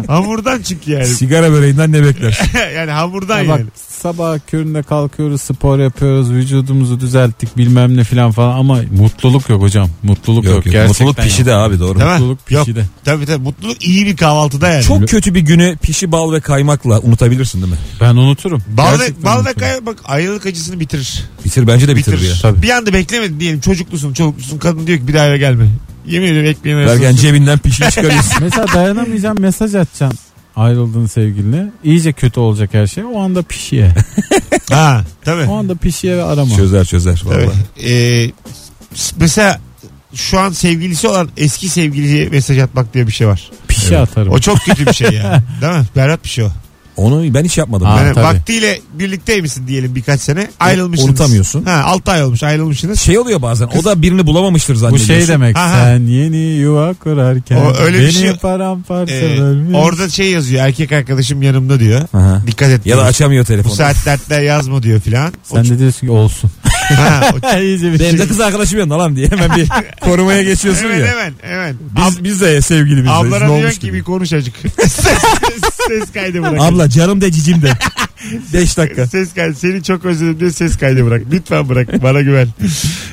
Speaker 2: hamurdan çünkü yani.
Speaker 3: Sigara böreğinden ne beklersin?
Speaker 2: yani hamurdan
Speaker 4: Ya bak
Speaker 2: yani.
Speaker 4: sabah köründe kalkıyoruz spor yapıyoruz vücudumuzu düzelttik bilmem ne filan falan ama mutluluk yok hocam mutluluk yok,
Speaker 3: yok yok.
Speaker 4: gerçekten
Speaker 3: Mutluluk pişi
Speaker 4: yok.
Speaker 3: de abi doğru.
Speaker 2: Değil mi?
Speaker 4: mutluluk
Speaker 2: Yok.
Speaker 4: pişide.
Speaker 2: Tabii tabii mutluluk iyi bir kahvaltıda yani.
Speaker 3: Çok kötü bir günü pişi bal ve kaymakla unutabilirsin değil mi?
Speaker 4: ben unuturum
Speaker 2: Bal ve,
Speaker 4: Gerçekten
Speaker 2: bal ve
Speaker 4: unuturum.
Speaker 2: kaya bak ayrılık acısını bitirir.
Speaker 3: Bitir bence de bitirir,
Speaker 2: Bitirir.
Speaker 3: ya.
Speaker 4: Tabii.
Speaker 2: Bir anda beklemedin diyelim çocuklusun çocuklusun kadın diyor ki bir daha eve gelme. Yemin ediyorum ekmeğime
Speaker 3: Derken cebinden pişi çıkarıyorsun.
Speaker 4: mesela dayanamayacağım mesaj atacaksın ayrıldığın sevgiline iyice kötü olacak her şey o anda pişiye
Speaker 2: Ha tabii.
Speaker 4: o anda pişiye ve arama
Speaker 3: çözer çözer valla.
Speaker 2: Evet. Ee, s- mesela şu an sevgilisi olan eski sevgiliye mesaj atmak diye bir şey var.
Speaker 4: pişi atarım
Speaker 2: O çok kötü bir şey yani. Değil mi? Berbat bir şey o.
Speaker 3: Onu ben hiç yapmadım.
Speaker 4: Aa.
Speaker 3: Ben
Speaker 2: Yani
Speaker 4: tabii.
Speaker 2: vaktiyle birlikteymişsin diyelim birkaç sene. Ayrılmışsınız.
Speaker 3: unutamıyorsun.
Speaker 2: Ha, 6 ay olmuş ayrılmışsınız.
Speaker 3: Şey oluyor bazen o da birini bulamamıştır
Speaker 4: bu
Speaker 3: zannediyorsun.
Speaker 4: şey demek
Speaker 2: Aha.
Speaker 4: sen yeni yuva kurarken
Speaker 2: O öyle bir
Speaker 4: beni
Speaker 2: şey-
Speaker 4: paramparça
Speaker 2: Ee,
Speaker 4: bölmüş.
Speaker 2: orada şey yazıyor erkek arkadaşım yanımda diyor.
Speaker 3: Aha.
Speaker 2: Dikkat et.
Speaker 3: Ya da
Speaker 2: diyor.
Speaker 3: açamıyor
Speaker 2: Bu
Speaker 3: telefonu.
Speaker 2: saatlerde yazma diyor filan. O
Speaker 4: sen
Speaker 2: ç-
Speaker 4: de diyorsun ki olsun
Speaker 2: ha, o ç-
Speaker 4: iyice bir
Speaker 3: Benim
Speaker 4: şey
Speaker 3: de kız arkadaşım yanında lan diye hemen bir korumaya geçiyorsun
Speaker 2: hemen
Speaker 3: ya.
Speaker 2: hemen hemen.
Speaker 3: Biz, biz de sevgilimiz
Speaker 2: Ablara
Speaker 3: ne olmuş
Speaker 2: diyorsun ki
Speaker 3: gibi.
Speaker 2: bir konuş acık. ses, ses kaydı bırak.
Speaker 3: Abla canım de cicim de. 5 dakika.
Speaker 2: Ses kaydı. Seni çok özledim diye ses kaydı bırak. Lütfen bırak. Bana güven.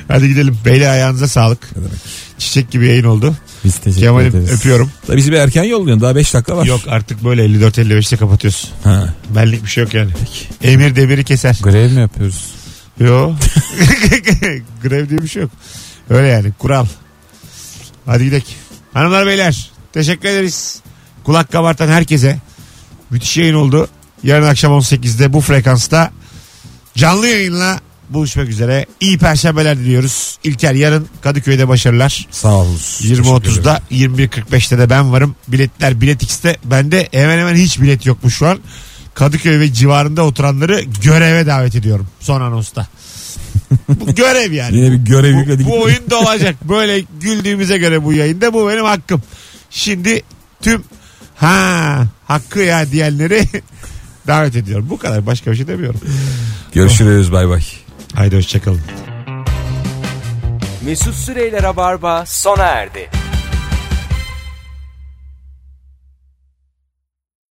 Speaker 2: Hadi gidelim. Beyler ayağınıza sağlık. Çiçek gibi yayın oldu.
Speaker 4: biz teşekkür
Speaker 2: Kemal'im
Speaker 4: ederiz.
Speaker 2: öpüyorum.
Speaker 3: Tabii bizi bir erken yolluyorsun daha 5 dakika var.
Speaker 2: Yok artık böyle 54-55'te kapatıyoruz.
Speaker 3: Ha.
Speaker 2: Benlik bir şey yok yani. Emir demiri keser.
Speaker 4: Grev mi yapıyoruz?
Speaker 2: Yo. Grev diye bir şey yok. Öyle yani kural. Hadi gidelim. Hanımlar beyler teşekkür ederiz. Kulak kabartan herkese. Müthiş yayın oldu. Yarın akşam 18'de bu frekansta canlı yayınla buluşmak üzere. İyi perşembeler diliyoruz. İlker yarın Kadıköy'de başarılar.
Speaker 3: Sağ olun.
Speaker 2: 20.30'da 21.45'te de ben varım. Biletler Bilet X'te. Bende hemen hemen hiç bilet yokmuş şu an. Kadıköy ve civarında oturanları göreve davet ediyorum son anonsta. Bu görev yani.
Speaker 3: Yine bir görev
Speaker 2: Bu,
Speaker 3: yükledik.
Speaker 2: bu oyun da olacak. Böyle güldüğümüze göre bu yayında bu benim hakkım. Şimdi tüm ha hakkı ya diyenleri davet ediyorum. Bu kadar başka bir şey demiyorum.
Speaker 3: Görüşürüz bay bay.
Speaker 2: Haydi hoşçakalın.
Speaker 1: Mesut Süreyler'e barba sona erdi.